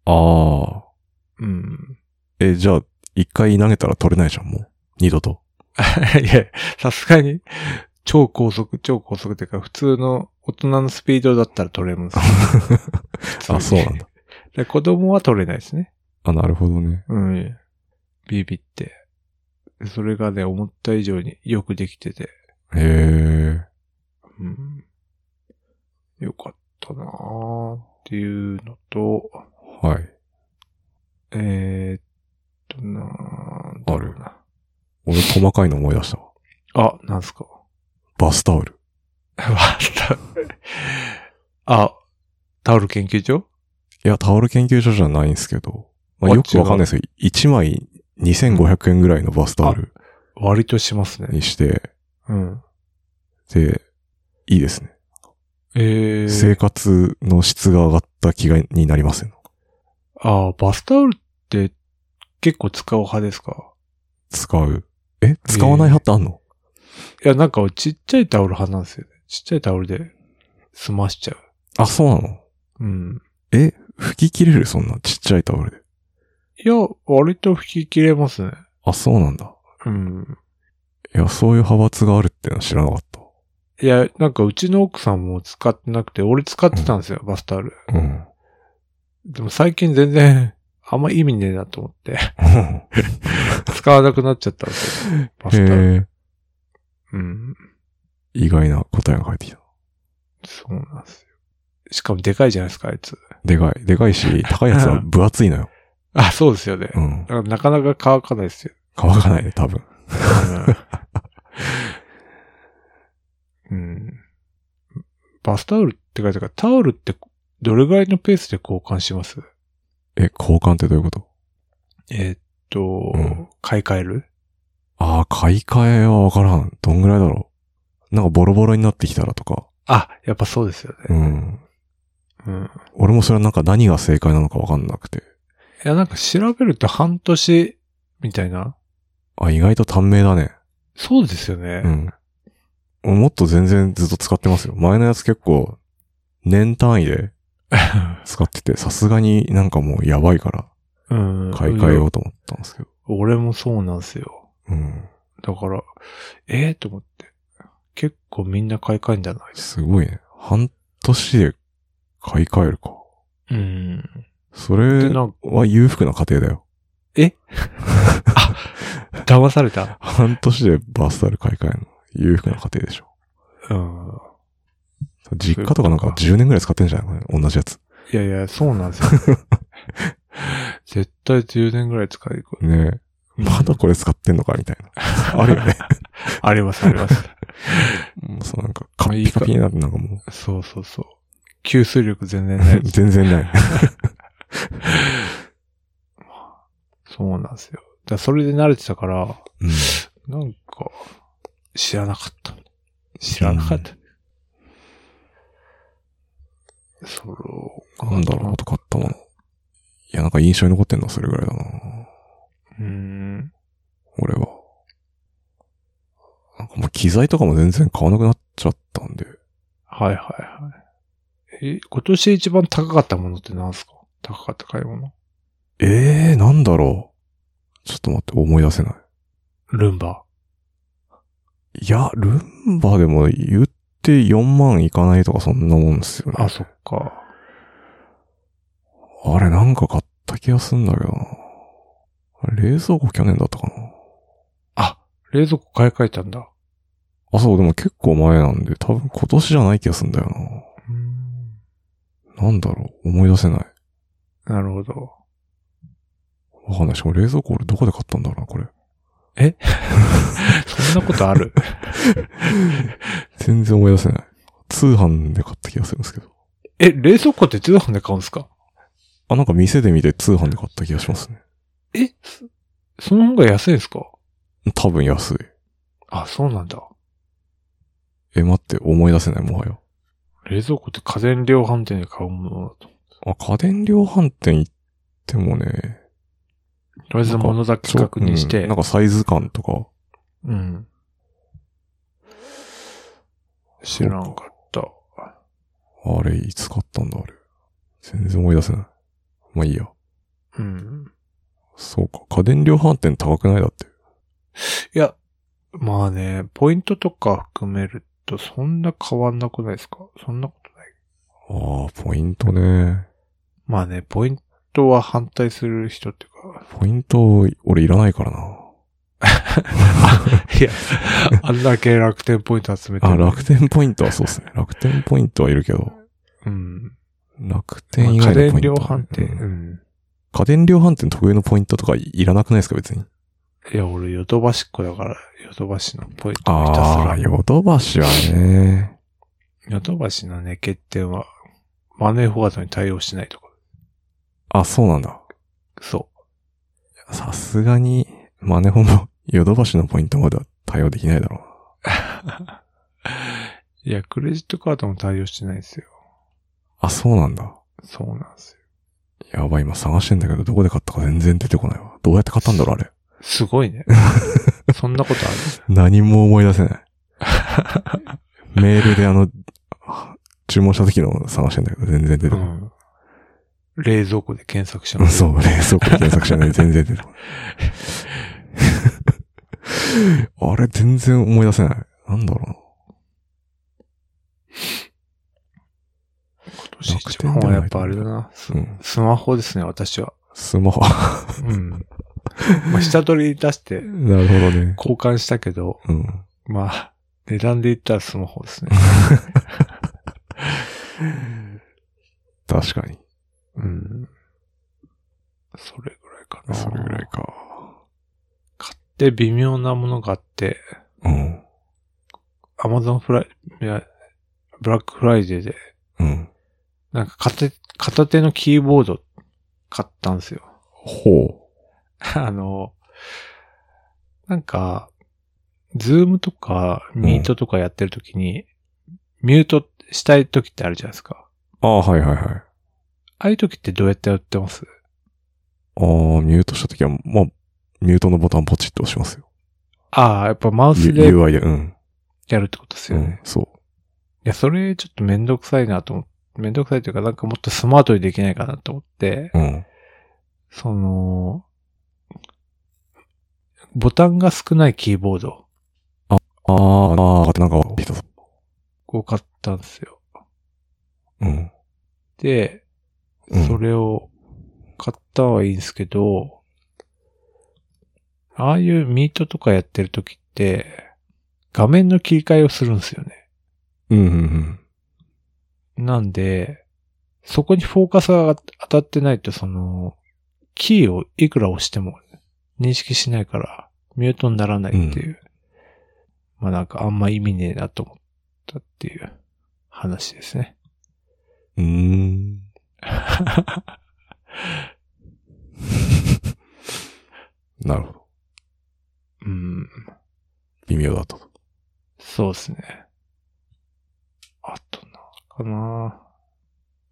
[SPEAKER 2] ああ。
[SPEAKER 1] うん。
[SPEAKER 2] え、じゃあ、一回投げたら取れないじゃん、もう。二度と。
[SPEAKER 1] いや、さすがに、超高速、超高速っていうか、普通の大人のスピードだったら取れます。
[SPEAKER 2] あ、そうなんだ。
[SPEAKER 1] で子供は取れないですね。
[SPEAKER 2] あ、なるほどね。
[SPEAKER 1] うん。ビビって。それがね、思った以上によくできてて。
[SPEAKER 2] へえ。
[SPEAKER 1] うん。よかったなーっていうのと、
[SPEAKER 2] はい。
[SPEAKER 1] えー、っ
[SPEAKER 2] 細かいの思い出したわ。
[SPEAKER 1] あ、なんすか。
[SPEAKER 2] バスタオル。
[SPEAKER 1] バスタオル。あ、タオル研究所
[SPEAKER 2] いや、タオル研究所じゃないんですけど、まあ、
[SPEAKER 1] あ
[SPEAKER 2] よくわかんないですよ。1枚2500円ぐらいのバスタオル
[SPEAKER 1] 割としますね。
[SPEAKER 2] にして、
[SPEAKER 1] うん。
[SPEAKER 2] で、いいですね。
[SPEAKER 1] えー
[SPEAKER 2] 生、活の質が上がった気がになりません。
[SPEAKER 1] あ、バスタオルって結構使う派ですか
[SPEAKER 2] 使う。え使わない派ってあんの、
[SPEAKER 1] いや、なんかちっちゃいタオル派なんですよね。ちっちゃいタオルで済ましちゃ
[SPEAKER 2] あ、そうなの
[SPEAKER 1] う。うん。
[SPEAKER 2] え拭き切れるそんなちっちゃいタオルで。
[SPEAKER 1] いや、割と拭き切れますね。
[SPEAKER 2] あ、そうなんだ。
[SPEAKER 1] うん。
[SPEAKER 2] いや、そういう派閥があるってのは知らなかっ
[SPEAKER 1] いや、なんかうちの奥さんも使ってなくて、俺使ってたんですよ、バスタオル。
[SPEAKER 2] た。 うん。
[SPEAKER 1] でも最近全然、 あんま意味ねえなと思って、 使わなくなっちゃったんですよ。バ
[SPEAKER 2] へ
[SPEAKER 1] スタオル。
[SPEAKER 2] え、
[SPEAKER 1] うん。
[SPEAKER 2] 意外な答えが返ってきた。
[SPEAKER 1] そうなんですよ。しかもでかいじゃないですか、あいつ。
[SPEAKER 2] でかい。でかい し、高いやつは分厚いのよ。
[SPEAKER 1] あ、そうですよね。
[SPEAKER 2] うん
[SPEAKER 1] だ。からなかなか乾かないですよ。
[SPEAKER 2] 乾かないね、多分。
[SPEAKER 1] うん。バスタオルって書いてあるから、タオルってどれぐらいのペースで交換します
[SPEAKER 2] え、交換ってどういうこと
[SPEAKER 1] えーっと、
[SPEAKER 2] うん
[SPEAKER 1] 買い替える
[SPEAKER 2] ああ、買い替えはわからん。どんぐらいだろう。なんかボロボロになってきたらとか。
[SPEAKER 1] あ、やっぱそうですよ
[SPEAKER 2] う
[SPEAKER 1] ね。
[SPEAKER 2] ん。
[SPEAKER 1] うん。い
[SPEAKER 2] 俺もそれはなんか何が正解なのかわかんなくて。
[SPEAKER 1] や、なんか調べると半年みたいな。
[SPEAKER 2] あ、意外と短命だね。
[SPEAKER 1] そうですよね。
[SPEAKER 2] うん。もっと全然ずっと使ってますよ。前のやつ結構、年単位で 使ってて、さすがになんかもうやばいから
[SPEAKER 1] うん。
[SPEAKER 2] 買い替えようと思ったんですけど。
[SPEAKER 1] 俺もそうなんですよ。
[SPEAKER 2] うん。
[SPEAKER 1] だから、ええと思って。結構みんな買い替えんじゃないです
[SPEAKER 2] すごいね。半年で買い替えるか。
[SPEAKER 1] か。うん。
[SPEAKER 2] そ
[SPEAKER 1] で、
[SPEAKER 2] れ
[SPEAKER 1] なんか、
[SPEAKER 2] は裕福な家庭だよ。
[SPEAKER 1] 騙された。
[SPEAKER 2] 半年でバスタオル買い替えるの。裕福な家庭でしょ。
[SPEAKER 1] うん。
[SPEAKER 2] 実家とかなんか10年ぐらい使ってんじゃないの同じやつ。
[SPEAKER 1] いやいや、そうなんです よ。絶対10年ぐらい使いこ
[SPEAKER 2] ねえ。まだこれ使ってんのかみたいな。あるよね。
[SPEAKER 1] あります、あります。
[SPEAKER 2] もうそうなんか、カッピカピになってなんかもう、。
[SPEAKER 1] そうそうそう。吸水力全然 ない
[SPEAKER 2] 全然ない。
[SPEAKER 1] そうなんですよ。だからそれで慣れてたから、
[SPEAKER 2] うん
[SPEAKER 1] なんか、知らなかった。知らなかった。そうか。
[SPEAKER 2] なんだろう、あと買ったもの。いや、なんか印象に残ってんのはそれぐらいだな
[SPEAKER 1] うーん。
[SPEAKER 2] 俺は。なんかもう機材とかも全然買わなくなっちゃったんで。
[SPEAKER 1] はいはいはい。え、今年一番高かったものって何すか高かった買い物
[SPEAKER 2] ええー、なんだろう。ちょっと待って、思い出せない。
[SPEAKER 1] ルンバ。
[SPEAKER 2] いや、ルンバでも言って4万いかないとかそんなもんですよね。
[SPEAKER 1] あ、そっか。
[SPEAKER 2] あれなんか買った気がすんだけどな。あれ冷蔵庫去年だったかな。
[SPEAKER 1] あ、冷蔵庫買い替えたんだ。
[SPEAKER 2] あ、そう、でも結構前なんで、多分今年じゃない気がすんだよ
[SPEAKER 1] うーん。
[SPEAKER 2] な。なんだろう、思い出せない。
[SPEAKER 1] なるほど。
[SPEAKER 2] わかんない。しかも冷蔵庫俺どこで買ったんだろうな、これ。
[SPEAKER 1] そんなことある
[SPEAKER 2] 全然思い出せない。通販で買った気がするんですけど。
[SPEAKER 1] え、冷蔵庫って通販で買うんですか
[SPEAKER 2] あ、なんか店で見て通販で買った気がしますね。
[SPEAKER 1] え、そその方が安いんですか
[SPEAKER 2] 多分安い。
[SPEAKER 1] あ、そうなんだ。
[SPEAKER 2] え、待って、思い出せない、もはや。
[SPEAKER 1] 冷蔵庫って家電量販店で買うものだと。
[SPEAKER 2] あ、家電量販店行ってもね、
[SPEAKER 1] とりあえず物だけ
[SPEAKER 2] ちょ
[SPEAKER 1] 確認し
[SPEAKER 2] う
[SPEAKER 1] て
[SPEAKER 2] んなん。かサイズ感とか、
[SPEAKER 1] うん。知らんかった。
[SPEAKER 2] あれ、いつ買ったんだ、あれ。全然思い出せない。まあいいや。
[SPEAKER 1] うん。
[SPEAKER 2] そうか。家電量販店高くないだって。
[SPEAKER 1] いや、まあね、ポイントとか含めるとそんな変わんなくないですかそんなことない。
[SPEAKER 2] ああ、ポイントね。
[SPEAKER 1] まあね、ポイントは反対する人っていうか、
[SPEAKER 2] ポイント、俺いらないからな。
[SPEAKER 1] いや、 あんだけ楽天ポイント集めてる
[SPEAKER 2] あ、楽天ポイントはそうですね。楽天ポイントはいるけど、
[SPEAKER 1] うん。
[SPEAKER 2] 楽
[SPEAKER 1] まあ
[SPEAKER 2] 天以
[SPEAKER 1] 家
[SPEAKER 2] 外
[SPEAKER 1] 電
[SPEAKER 2] のポイント
[SPEAKER 1] 量
[SPEAKER 2] は。
[SPEAKER 1] 販店。
[SPEAKER 2] うん
[SPEAKER 1] うん。
[SPEAKER 2] 家電量販店特有のポイントとかいらなくないですか別に。
[SPEAKER 1] いや、俺、ヨドバシっ子だから、ヨドバシのポイントひたす
[SPEAKER 2] ああ、
[SPEAKER 1] ら。
[SPEAKER 2] ヨドバシはね。
[SPEAKER 1] ヨドバシのね、欠点は、マネーフォワードに対応しないとこ。
[SPEAKER 2] あ、そうなんだ。
[SPEAKER 1] そ
[SPEAKER 2] さすがに、マネホもヨドバシのポイントまでは対応できないだろうな。
[SPEAKER 1] う。いや、クレジットカードも対応してないんですよ。
[SPEAKER 2] あ、そうなんだ。
[SPEAKER 1] そうなんですよ。
[SPEAKER 2] やばい、今探してんだけど、どこで買ったか全然出てこないわ。どうやって買ったんだろう、あれ。
[SPEAKER 1] すごい ね。そんなことある
[SPEAKER 2] 何も思い出せ ない。メールであの、あ注文した時の探してんだけど、全然出てこ
[SPEAKER 1] う
[SPEAKER 2] ない。
[SPEAKER 1] ん。冷蔵庫で検索します。
[SPEAKER 2] そう、冷蔵庫検索したね、全然出 てこない。あれ、全然思い出せない。なんだろうな。
[SPEAKER 1] 今年一番はやっぱあれだな。ス
[SPEAKER 2] うん
[SPEAKER 1] スマホですね、私は。
[SPEAKER 2] スマホ。
[SPEAKER 1] うん。まあ、下取り出して
[SPEAKER 2] なるほどね。
[SPEAKER 1] 交換したけど、
[SPEAKER 2] うん。
[SPEAKER 1] まあ、値段で言ったらスマホ ですね。
[SPEAKER 2] 確かに。
[SPEAKER 1] うん。それぐらいかな。
[SPEAKER 2] それぐらいか。
[SPEAKER 1] で、微妙なものがあって、
[SPEAKER 2] うん。
[SPEAKER 1] アマゾンフライ、いや、ブラックフライデーで、
[SPEAKER 2] うん。
[SPEAKER 1] なんか片手、片手のキーボード買ったんですよ。
[SPEAKER 2] ほ
[SPEAKER 1] あの、なんか、ズームとか、ミートとかやってるときに、ミュートしたいときってあるじゃないですか。
[SPEAKER 2] う。ああ、はいはいはい。
[SPEAKER 1] ああいうときってどうやってやってます
[SPEAKER 2] ああ、ミュートしたときは、まあ、ミュートのボタンポチッと押しますよ。
[SPEAKER 1] ああ、やっぱマウス
[SPEAKER 2] U-
[SPEAKER 1] で
[SPEAKER 2] UI で、うん。
[SPEAKER 1] やるってことです
[SPEAKER 2] う
[SPEAKER 1] よね。
[SPEAKER 2] ん、そ
[SPEAKER 1] いや、それちょっとめんどくさいなと思って、めんどくさいというか、なんかもっとスマートにできないかなと思って、
[SPEAKER 2] う。うん。
[SPEAKER 1] その、ボタンが少ないキーボード
[SPEAKER 2] ああ、ああ、なんか、ピタ
[SPEAKER 1] を買ったんですよ。
[SPEAKER 2] うん。
[SPEAKER 1] で、
[SPEAKER 2] うん
[SPEAKER 1] それを買ったはいいんですけど、ああいうミートとかやってる時って、画面の切り替えをするんですよね。
[SPEAKER 2] うん、うん、うん。
[SPEAKER 1] なんで、そこにフォーカスが当たってないと、その、キーをいくら押しても認識しないから、ミュートにならないっていう。まあなんかあんま意味ねえなと思ったっていう話ですね。
[SPEAKER 2] うーん。なるほど。
[SPEAKER 1] うん、
[SPEAKER 2] 微妙だったと。
[SPEAKER 1] そうですね。あとなんかな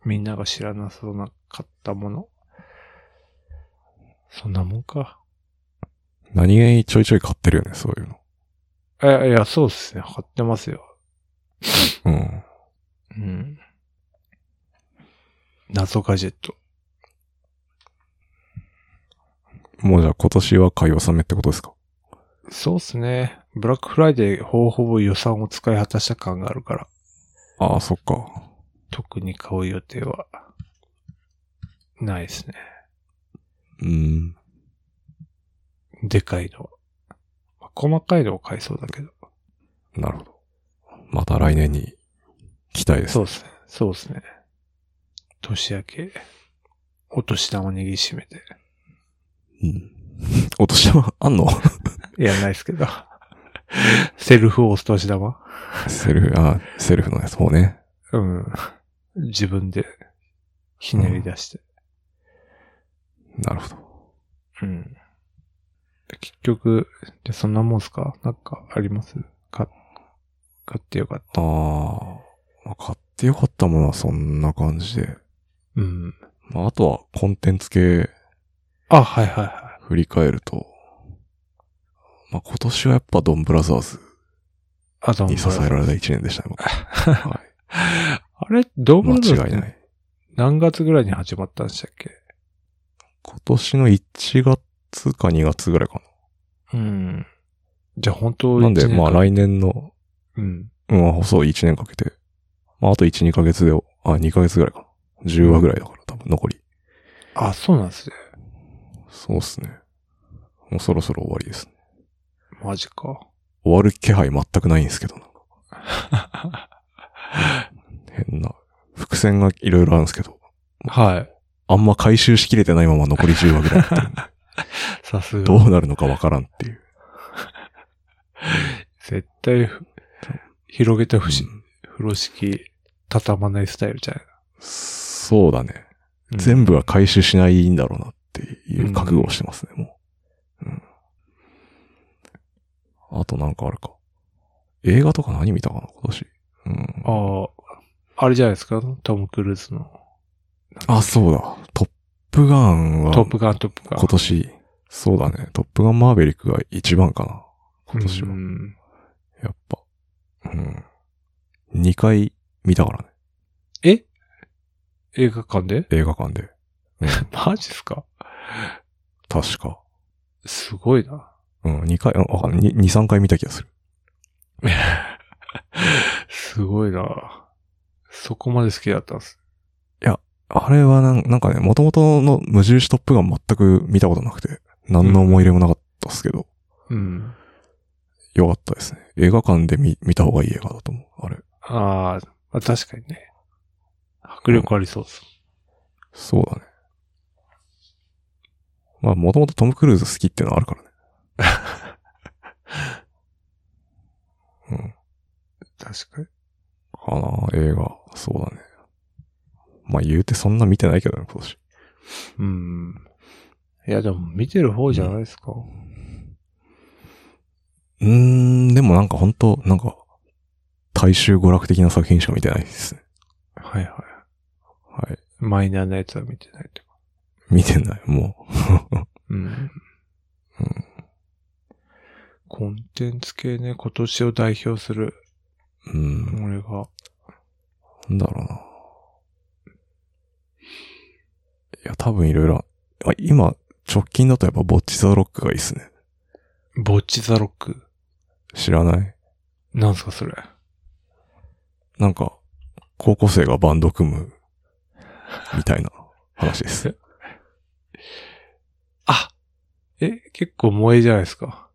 [SPEAKER 1] みんなが知らなそうな買ったもの。そんなもんか。
[SPEAKER 2] 何気にちょいちょい買ってるよね、そういうの。
[SPEAKER 1] え、いや、そうですね。買ってますよ。
[SPEAKER 2] うん。
[SPEAKER 1] うん。謎ガジェット。
[SPEAKER 2] もうじゃあ今年は買い納めってことですか
[SPEAKER 1] そうっすね。ブラックフライデーほぼほぼ予算を使い果たした感があるから、
[SPEAKER 2] ああ、そっか。
[SPEAKER 1] 特に買う予定は、ないですね。
[SPEAKER 2] うん。
[SPEAKER 1] でかいのは。まあ細かいのを買いそうだけど。
[SPEAKER 2] なるほど。また来年に期待です。
[SPEAKER 1] そうっすね。そうっすね。年明け、お年玉握りしめて。
[SPEAKER 2] うん。お年玉あんの
[SPEAKER 1] いや、ないっすけど。 セルフお年玉
[SPEAKER 2] セルフ、あ、セルフのやつ、もうね。
[SPEAKER 1] うん。自分で、ひねり出して。
[SPEAKER 2] なるほど。
[SPEAKER 1] うん。結局、じゃあそんなもんすかなんかありますか買ってよかった。
[SPEAKER 2] ああ、まあ、買ってよかったものはそんな感じで。
[SPEAKER 1] うん。
[SPEAKER 2] まあ、あとはコンテンツ系
[SPEAKER 1] あ、はいはいは
[SPEAKER 2] 振り返ると、まあ、今年はやっぱドンブラザーズ
[SPEAKER 1] い。あ、どうも。
[SPEAKER 2] に支えられた一年でしたね、僕は
[SPEAKER 1] あれドー
[SPEAKER 2] い。間
[SPEAKER 1] ムラ
[SPEAKER 2] 違い
[SPEAKER 1] ザー
[SPEAKER 2] な
[SPEAKER 1] ズ
[SPEAKER 2] い。
[SPEAKER 1] 何月ぐらいに始まったんでしたっけ
[SPEAKER 2] 今年の1月か2月ぐらいか
[SPEAKER 1] うん。じゃあ本当
[SPEAKER 2] な。なんで、
[SPEAKER 1] 一年間
[SPEAKER 2] まあ、来年の、
[SPEAKER 1] うん。
[SPEAKER 2] うん、まあそう、1年かけて、まあ、あと1、2ヶ月で、あ、2ヶ月ぐらいかな。10話ぐらいだから、多分残り。
[SPEAKER 1] あ、そうなんですね。
[SPEAKER 2] そうっすね。もうそろそろ終わりですね。
[SPEAKER 1] マジか。
[SPEAKER 2] 終わる気配全くないんですけど、なんか変な。伏線がいろいろあるんですけど、
[SPEAKER 1] はい。
[SPEAKER 2] あんま回収しきれてないまま残り10話ぐらいやってるんで
[SPEAKER 1] さす
[SPEAKER 2] ど
[SPEAKER 1] が。
[SPEAKER 2] うなるのかわからんっていう。
[SPEAKER 1] 絶対ふ、広げてほしい。
[SPEAKER 2] うん
[SPEAKER 1] 風呂敷、畳まないスタイルじゃない。
[SPEAKER 2] そうだね。
[SPEAKER 1] うん
[SPEAKER 2] 全部は回収しないんだろうなっていう覚悟をしてますね、もう。うん。あとなんかあるか。映画とか何見たかな、今年。うん。
[SPEAKER 1] ああ、あれじゃないですかトム・クルーズの。
[SPEAKER 2] あ、そうだ。トップガンは、
[SPEAKER 1] トップガン、トップガン。
[SPEAKER 2] 今年、そうだね。トップガンマーベリックが一番かな。今年は。
[SPEAKER 1] うん
[SPEAKER 2] やっぱ。うん。二回見たからね。
[SPEAKER 1] え映画館で
[SPEAKER 2] 映画館で。
[SPEAKER 1] マジっすか
[SPEAKER 2] 確か。
[SPEAKER 1] すごいな。
[SPEAKER 2] うん、二回、うんわかんない。二、二三回見た気がする。
[SPEAKER 1] すごいな。そこまで好きだったんです。
[SPEAKER 2] あれはなんなんかね、元々の無印トップガン全く見たことなくて、何の思い入れもなかったっすけど、
[SPEAKER 1] うん。
[SPEAKER 2] よかったですね。映画館で見見た方がいい映画だと思う。あれ。
[SPEAKER 1] ああ、まあ、確かにね。迫力ありそうです。
[SPEAKER 2] そうだね。まあ、もともとトム・クルーズ好きっていうのはあるからね。うん。
[SPEAKER 1] 確かに。
[SPEAKER 2] かな映画。そうだね。まあ、言うてそんな見てないけどね、今年。
[SPEAKER 1] うん。いや、でも見てる方じゃないですか。
[SPEAKER 2] うーん、でもなんか本当なんか、大衆娯楽的な作品しか見てないですね。
[SPEAKER 1] はいはい。
[SPEAKER 2] はい。
[SPEAKER 1] マイナーなやつは見てないとか。
[SPEAKER 2] 見てない、もう。
[SPEAKER 1] うん。コンテンツ系ね、今年を代表する、
[SPEAKER 2] うん。
[SPEAKER 1] 俺が。
[SPEAKER 2] なんだろうな。いや、多分いろいろ、あ今、直近だとやっぱボッチザロックがいいっすね。
[SPEAKER 1] ボッチザロック。
[SPEAKER 2] 知らない
[SPEAKER 1] なんすかそれ。
[SPEAKER 2] なんか、高校生がバンド組む、みたいな話です。
[SPEAKER 1] あえ、結構萌えじゃないですか。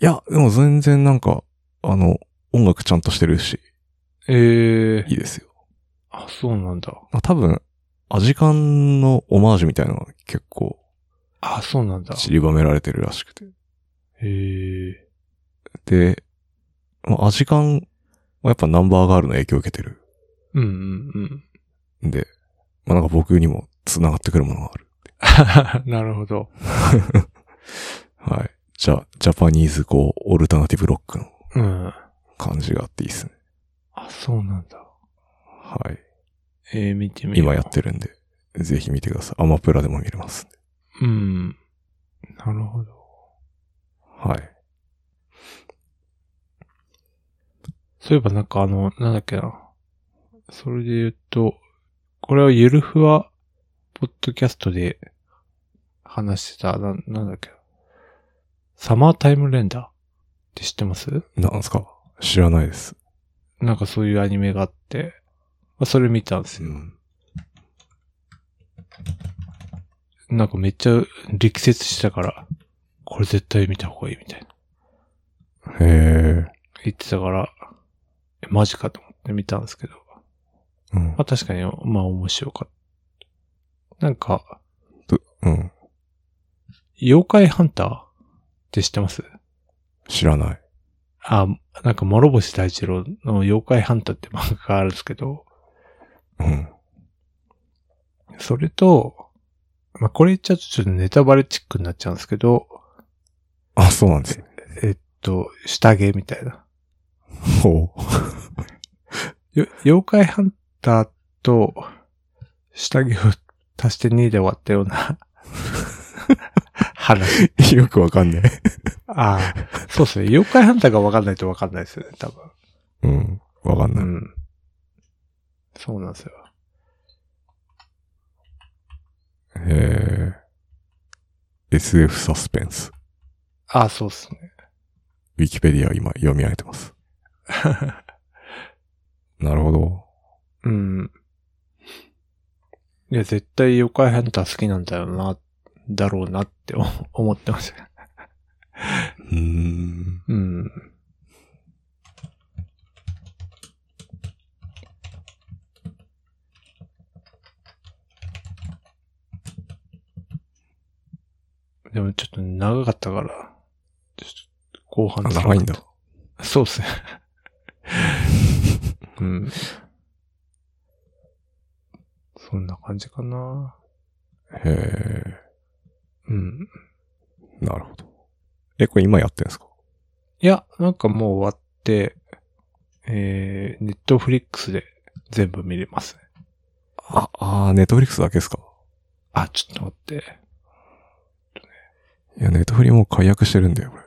[SPEAKER 2] いや、でも全然なんか、あの、音楽ちゃんとしてるし、
[SPEAKER 1] ええ
[SPEAKER 2] いいですよ。
[SPEAKER 1] あ、そうなんだ。
[SPEAKER 2] あ多分、アジカンのオマージュみたいなのが結構
[SPEAKER 1] あ、そうなんだ。
[SPEAKER 2] 散りばめられてるらしくて。
[SPEAKER 1] ええ
[SPEAKER 2] で、まあアジカンはやっぱナンバーガールの影響を受けてる
[SPEAKER 1] うんうんうん。
[SPEAKER 2] んで、まあなんか僕にも繋がってくるものがある。
[SPEAKER 1] なるほど。
[SPEAKER 2] はい。じゃあ、ジャパニーズこう、オルタナティブロックの
[SPEAKER 1] うん。
[SPEAKER 2] 感じがあっていいですね。
[SPEAKER 1] あ、そうなんだ。
[SPEAKER 2] はい。
[SPEAKER 1] ええ見てみよう
[SPEAKER 2] 今やってるんで、ぜひ見てください。アマプラでも見れますんで。
[SPEAKER 1] うん。なるほど。
[SPEAKER 2] はい。
[SPEAKER 1] そういえばなんかあの、なんだっけな。それで言うと、これはゆるふわ、ポッドキャストで話してた、な、なんだっけな。サマータイムレンダーって知ってます
[SPEAKER 2] なんすか知らないです。
[SPEAKER 1] なんかそういうアニメがあって、まあ、それ見たんです
[SPEAKER 2] う
[SPEAKER 1] よ。
[SPEAKER 2] ん。
[SPEAKER 1] なんかめっちゃ力説したから、これ絶対見た方がいいみたいな。
[SPEAKER 2] へえ。
[SPEAKER 1] 言ってたから、えマジかと思って見たんですけど。
[SPEAKER 2] うん
[SPEAKER 1] ま。あ確かに、まあ面白かった。なんか、
[SPEAKER 2] うん。
[SPEAKER 1] 妖怪ハンターって知ってます
[SPEAKER 2] 知らない。
[SPEAKER 1] あ、なんか、諸星大二郎の妖怪ハンターって漫画があるんですけど、
[SPEAKER 2] うん。
[SPEAKER 1] それと、まあ、これ言っちゃうとちょっとネタバレチックになっちゃうんですけど、
[SPEAKER 2] あ、そうなんですね。
[SPEAKER 1] えっと、下着みたいな。
[SPEAKER 2] ほう。
[SPEAKER 1] よ妖怪ハンターと、下着を足して2で終わったような、話。
[SPEAKER 2] よくわかんない。
[SPEAKER 1] ああ、そうですね。妖怪ハンターがわかんないとわかんないですよね、多分。
[SPEAKER 2] うん。わかん
[SPEAKER 1] う
[SPEAKER 2] ない。
[SPEAKER 1] ん。そうなんですよ。
[SPEAKER 2] へえ。SF サスペンス。
[SPEAKER 1] ああ、そうっす ね。
[SPEAKER 2] ウィキペディア今読み上げてます。なるほど。
[SPEAKER 1] うん。いや、絶対妖怪ハンター好きなんだよな、だろうなって思思ってました。
[SPEAKER 2] うーん。
[SPEAKER 1] うん。でもちょっと長かったから、ちょっと後半
[SPEAKER 2] あ
[SPEAKER 1] つらかっ
[SPEAKER 2] 長
[SPEAKER 1] た
[SPEAKER 2] いんだ。
[SPEAKER 1] そうですね。 うん。そんな感じかな。
[SPEAKER 2] へえ、
[SPEAKER 1] うん。
[SPEAKER 2] なるほど。え、これ今やってんですか
[SPEAKER 1] いや、なんかもう終わって、えー、ネットフリックスで全部見れますね。
[SPEAKER 2] あ、あー、ネットフリックスだけですか
[SPEAKER 1] あ、ちょっと待って。
[SPEAKER 2] いや、ネットフリもう解約してるんだよ、こ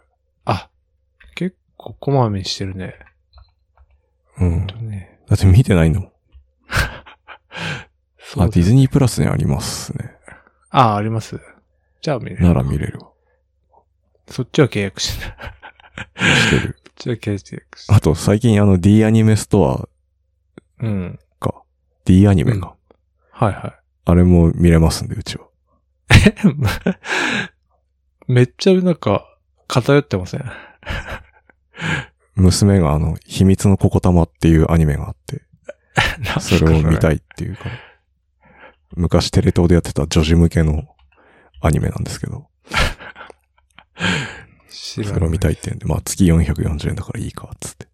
[SPEAKER 1] あ、結構こまめにしてるね。
[SPEAKER 2] れ。うん。
[SPEAKER 1] ほん
[SPEAKER 2] だ
[SPEAKER 1] とね。
[SPEAKER 2] って見てないんだもん。
[SPEAKER 1] そ
[SPEAKER 2] あ、
[SPEAKER 1] う
[SPEAKER 2] ディ
[SPEAKER 1] だ
[SPEAKER 2] ズニープラスにありますね。
[SPEAKER 1] あ、あります。じゃあ見れる。
[SPEAKER 2] なら見れるわ。
[SPEAKER 1] そっちは契約してない。
[SPEAKER 2] してる。
[SPEAKER 1] そっちは契約して
[SPEAKER 2] あと、最近あの D アニメスト
[SPEAKER 1] うん。
[SPEAKER 2] アか。D アニメか。
[SPEAKER 1] はいはい。
[SPEAKER 2] あれも見れますんで、うちは。
[SPEAKER 1] めっちゃなんか偏ってません。
[SPEAKER 2] 娘があの、秘密のここたまっていうアニメがあって、 それを見た
[SPEAKER 1] い。
[SPEAKER 2] いっていうか、昔テレ東でやってた女児向けのアニメなんですけど、
[SPEAKER 1] そ
[SPEAKER 2] それを見たいって言うんで、まあ月440円だからいいか、っつって。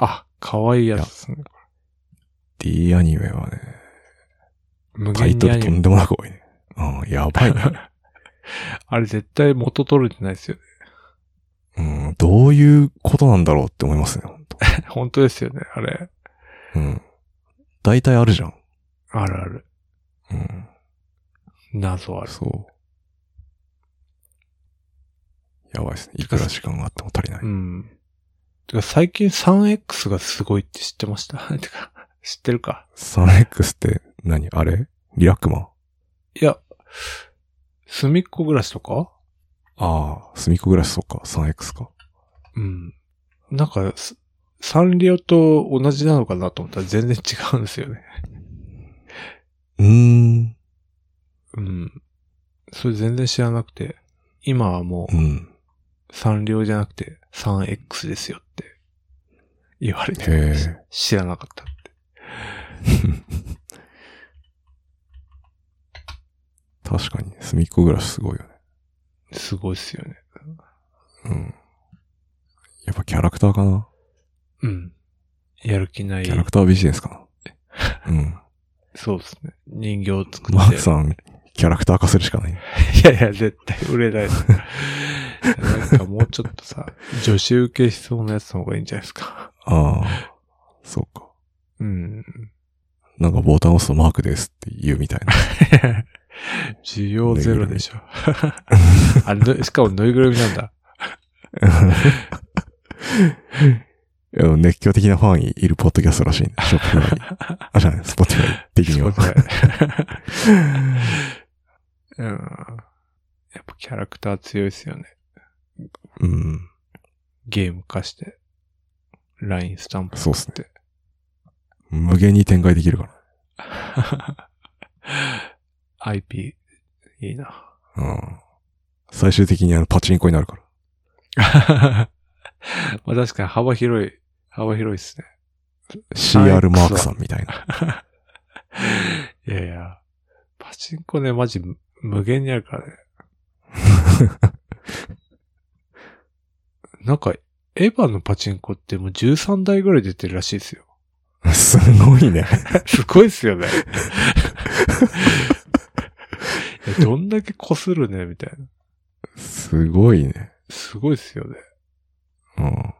[SPEAKER 1] あ、可愛いやつですね。
[SPEAKER 2] D アニメはね、
[SPEAKER 1] 無
[SPEAKER 2] タイ
[SPEAKER 1] 限
[SPEAKER 2] ト
[SPEAKER 1] にア
[SPEAKER 2] ル
[SPEAKER 1] ニ
[SPEAKER 2] と
[SPEAKER 1] メ
[SPEAKER 2] んでもなく多いね。うん、やばいね。
[SPEAKER 1] あれ絶対元取れてないですよね。
[SPEAKER 2] うん、どういうことなんだろうって思いますね、本当
[SPEAKER 1] 本当ですよね、あれ。
[SPEAKER 2] うん。大体あるじゃん。
[SPEAKER 1] あるある。
[SPEAKER 2] うん。
[SPEAKER 1] 謎ある。
[SPEAKER 2] そう。やばいですね。いくら時間があっても足りない。
[SPEAKER 1] うん。てか最近 3X がすごいって知ってました てか、知ってるか。
[SPEAKER 2] 3X って何あれリラックマン
[SPEAKER 1] いや、隅っこ暮らしとか
[SPEAKER 2] ああ、隅っこ暮らしそうか。3X か。
[SPEAKER 1] うん。なんか、すサンリオと同じなのかなと思ったら全然違うんですよね。
[SPEAKER 2] うーん。
[SPEAKER 1] うん。それ全然知らなくて、今はもう
[SPEAKER 2] うん。
[SPEAKER 1] サンリオじゃなくて 3X ですよって言われ
[SPEAKER 2] へ
[SPEAKER 1] て
[SPEAKER 2] え。
[SPEAKER 1] 知らなかったって。
[SPEAKER 2] 確かに、隅っこ暮らしすごいよね。
[SPEAKER 1] すごいっすよね。
[SPEAKER 2] うん。やっぱキャラクターかな
[SPEAKER 1] うん。やる気ない
[SPEAKER 2] キャ。ラクタービジネスか なうん。
[SPEAKER 1] そうですね。人形を作って。
[SPEAKER 2] マークさん、キャラクター化するしかない。
[SPEAKER 1] いやいや、絶対売れないです。なんかもうちょっとさ、女子受けしそうなやつの方がいいんじゃないですか。
[SPEAKER 2] ああ、そうか。
[SPEAKER 1] うん。
[SPEAKER 2] なんかボタン押すとマークですって言うみたいな。
[SPEAKER 1] 需要ゼロでしょ。あれ、ぬしかもぬいぐるみなんだ。
[SPEAKER 2] いやでも熱狂的なファンいるポッドキャストらしいね。ショップがい い。あ、じゃない、スポティファイ的には。
[SPEAKER 1] うん。やっぱキャラクター強いですよね。
[SPEAKER 2] うん。
[SPEAKER 1] ゲーム化して、LINE スタンプ
[SPEAKER 2] そう
[SPEAKER 1] 作
[SPEAKER 2] っす
[SPEAKER 1] って。
[SPEAKER 2] 無限に展開できるから。
[SPEAKER 1] IP、いい な。
[SPEAKER 2] うん。最終的にあのパチンコになるから。
[SPEAKER 1] まあ確かに幅広い、幅広いっすね。
[SPEAKER 2] CR マークさんみたいな。
[SPEAKER 1] いやいや、パチンコね、マジ無無限にあるから ね。なんか、エヴァのパチンコってもう13台ぐらい出てるらしいですよ。
[SPEAKER 2] すごいね。
[SPEAKER 1] すごいっす よね。いやどんだけ擦るね、みたいな。
[SPEAKER 2] すごいね。
[SPEAKER 1] すごいっすよね。
[SPEAKER 2] うん。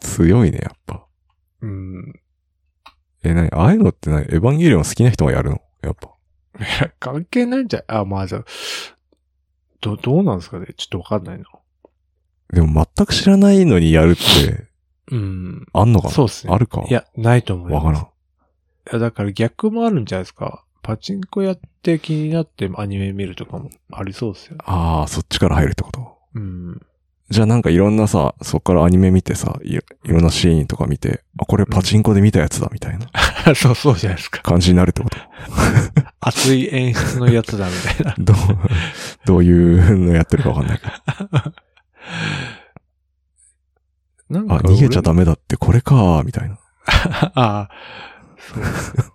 [SPEAKER 2] 強いね、やっぱ。
[SPEAKER 1] うん。
[SPEAKER 2] え、なにああいうのって何エヴァンゲリオン好きな人がやるのやっぱ。
[SPEAKER 1] いや、関係ないんじゃ、あ、まあじゃあど、どうなんですかねちょっとわかんないな。
[SPEAKER 2] でも全く知らないのにやるって、
[SPEAKER 1] うん。
[SPEAKER 2] あんのかな
[SPEAKER 1] そうっすね
[SPEAKER 2] あるか
[SPEAKER 1] いや、ないと思いま
[SPEAKER 2] わ
[SPEAKER 1] す。
[SPEAKER 2] からん。
[SPEAKER 1] いや、だから逆もあるんじゃないですか。パチンコやって気になってアニメ見るとかもありそうですよね。
[SPEAKER 2] ああ、そっちから入るってこと
[SPEAKER 1] うん。
[SPEAKER 2] じゃあなんかいろんなさ、そっからアニメ見てさ、いいろんなシーンとか見て、あ、これパチンコで見たやつだみたい な
[SPEAKER 1] そう、そうじゃないですか。
[SPEAKER 2] 感じになるってこと
[SPEAKER 1] 熱い演出のやつだ、みたいな。
[SPEAKER 2] どう、どういうのやってるかわかんないけど。
[SPEAKER 1] なん
[SPEAKER 2] あ、
[SPEAKER 1] か
[SPEAKER 2] 逃げちゃダメだってこれ か、みたいな。
[SPEAKER 1] ああ、そうですよ。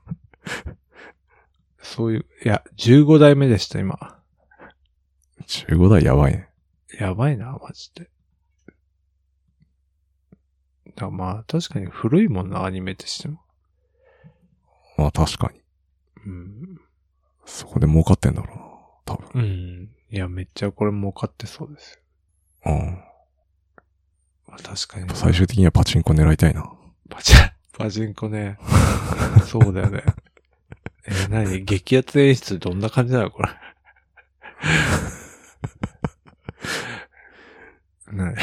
[SPEAKER 1] そういう、いや、15代目でした、今。
[SPEAKER 2] 15代やばいね。
[SPEAKER 1] やばいな、マジで。だまあ、確かに古いもんな、アニメとしても。
[SPEAKER 2] まあ確かに。
[SPEAKER 1] うん。
[SPEAKER 2] そこで儲かってんだろうな。多
[SPEAKER 1] う
[SPEAKER 2] 分。
[SPEAKER 1] ん。いや、めっちゃこれ儲かってそうですよ。
[SPEAKER 2] うん。
[SPEAKER 1] まあ、確かに。
[SPEAKER 2] 最終的にはパチンコ狙いたいな。
[SPEAKER 1] パチン、パチンコね。そうだよね。えー、何激アツ演出どんな感じなのこれ。 ね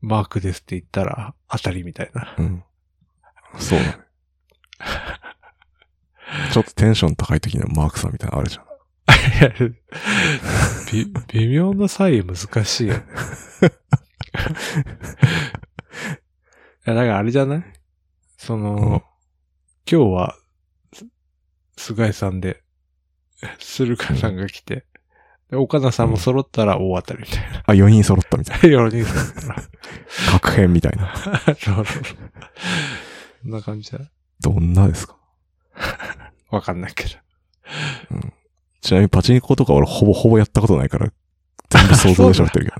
[SPEAKER 1] マークですって言ったら当たりみたいな。
[SPEAKER 2] うん。そうだね。ちょっとテンション高い時のマークさんみたいなのあるじゃん。
[SPEAKER 1] び微妙な際難しいよね。 いや、だからあれじゃないその、
[SPEAKER 2] うん
[SPEAKER 1] 今日は、す菅井さんで、駿河さんが来て、で岡田さんも揃ったら大当たりみたいな。
[SPEAKER 2] あ、4人揃ったみたい
[SPEAKER 1] よろに揃ったら。
[SPEAKER 2] な。確変みたいな。
[SPEAKER 1] そうそうそうこんな感じだ。
[SPEAKER 2] どんなですか
[SPEAKER 1] わかんない けど。
[SPEAKER 2] ちなみにパチンコとか俺ほぼほぼやったことないから、全部想像で喋ってるけど。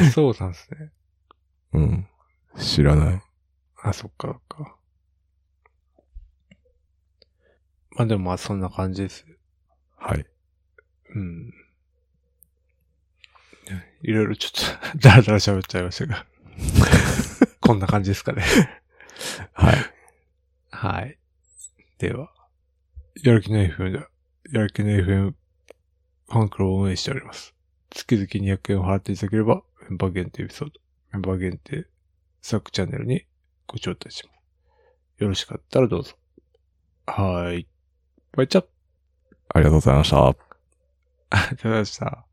[SPEAKER 1] あ、そうなんですね。
[SPEAKER 2] うん。知らない。
[SPEAKER 1] あ、そっか、そっか。まあでもまあそんな感じです。
[SPEAKER 2] はい。
[SPEAKER 1] うん。いろいろちょっと 、だらだら喋っちゃいましたが。 こんな感じですかね。
[SPEAKER 2] はい。
[SPEAKER 1] はい。では、やる気ない FM では、やる気ない FM ファンクラブを運営しております。月々200円を払っていただければ、メンバー限定エピソード、メンバー限定スタックチャンネルにご招待します。よろしかったらどうぞ。はーい。バイチャッ
[SPEAKER 2] ありがとうございました。
[SPEAKER 1] ありがとうございました。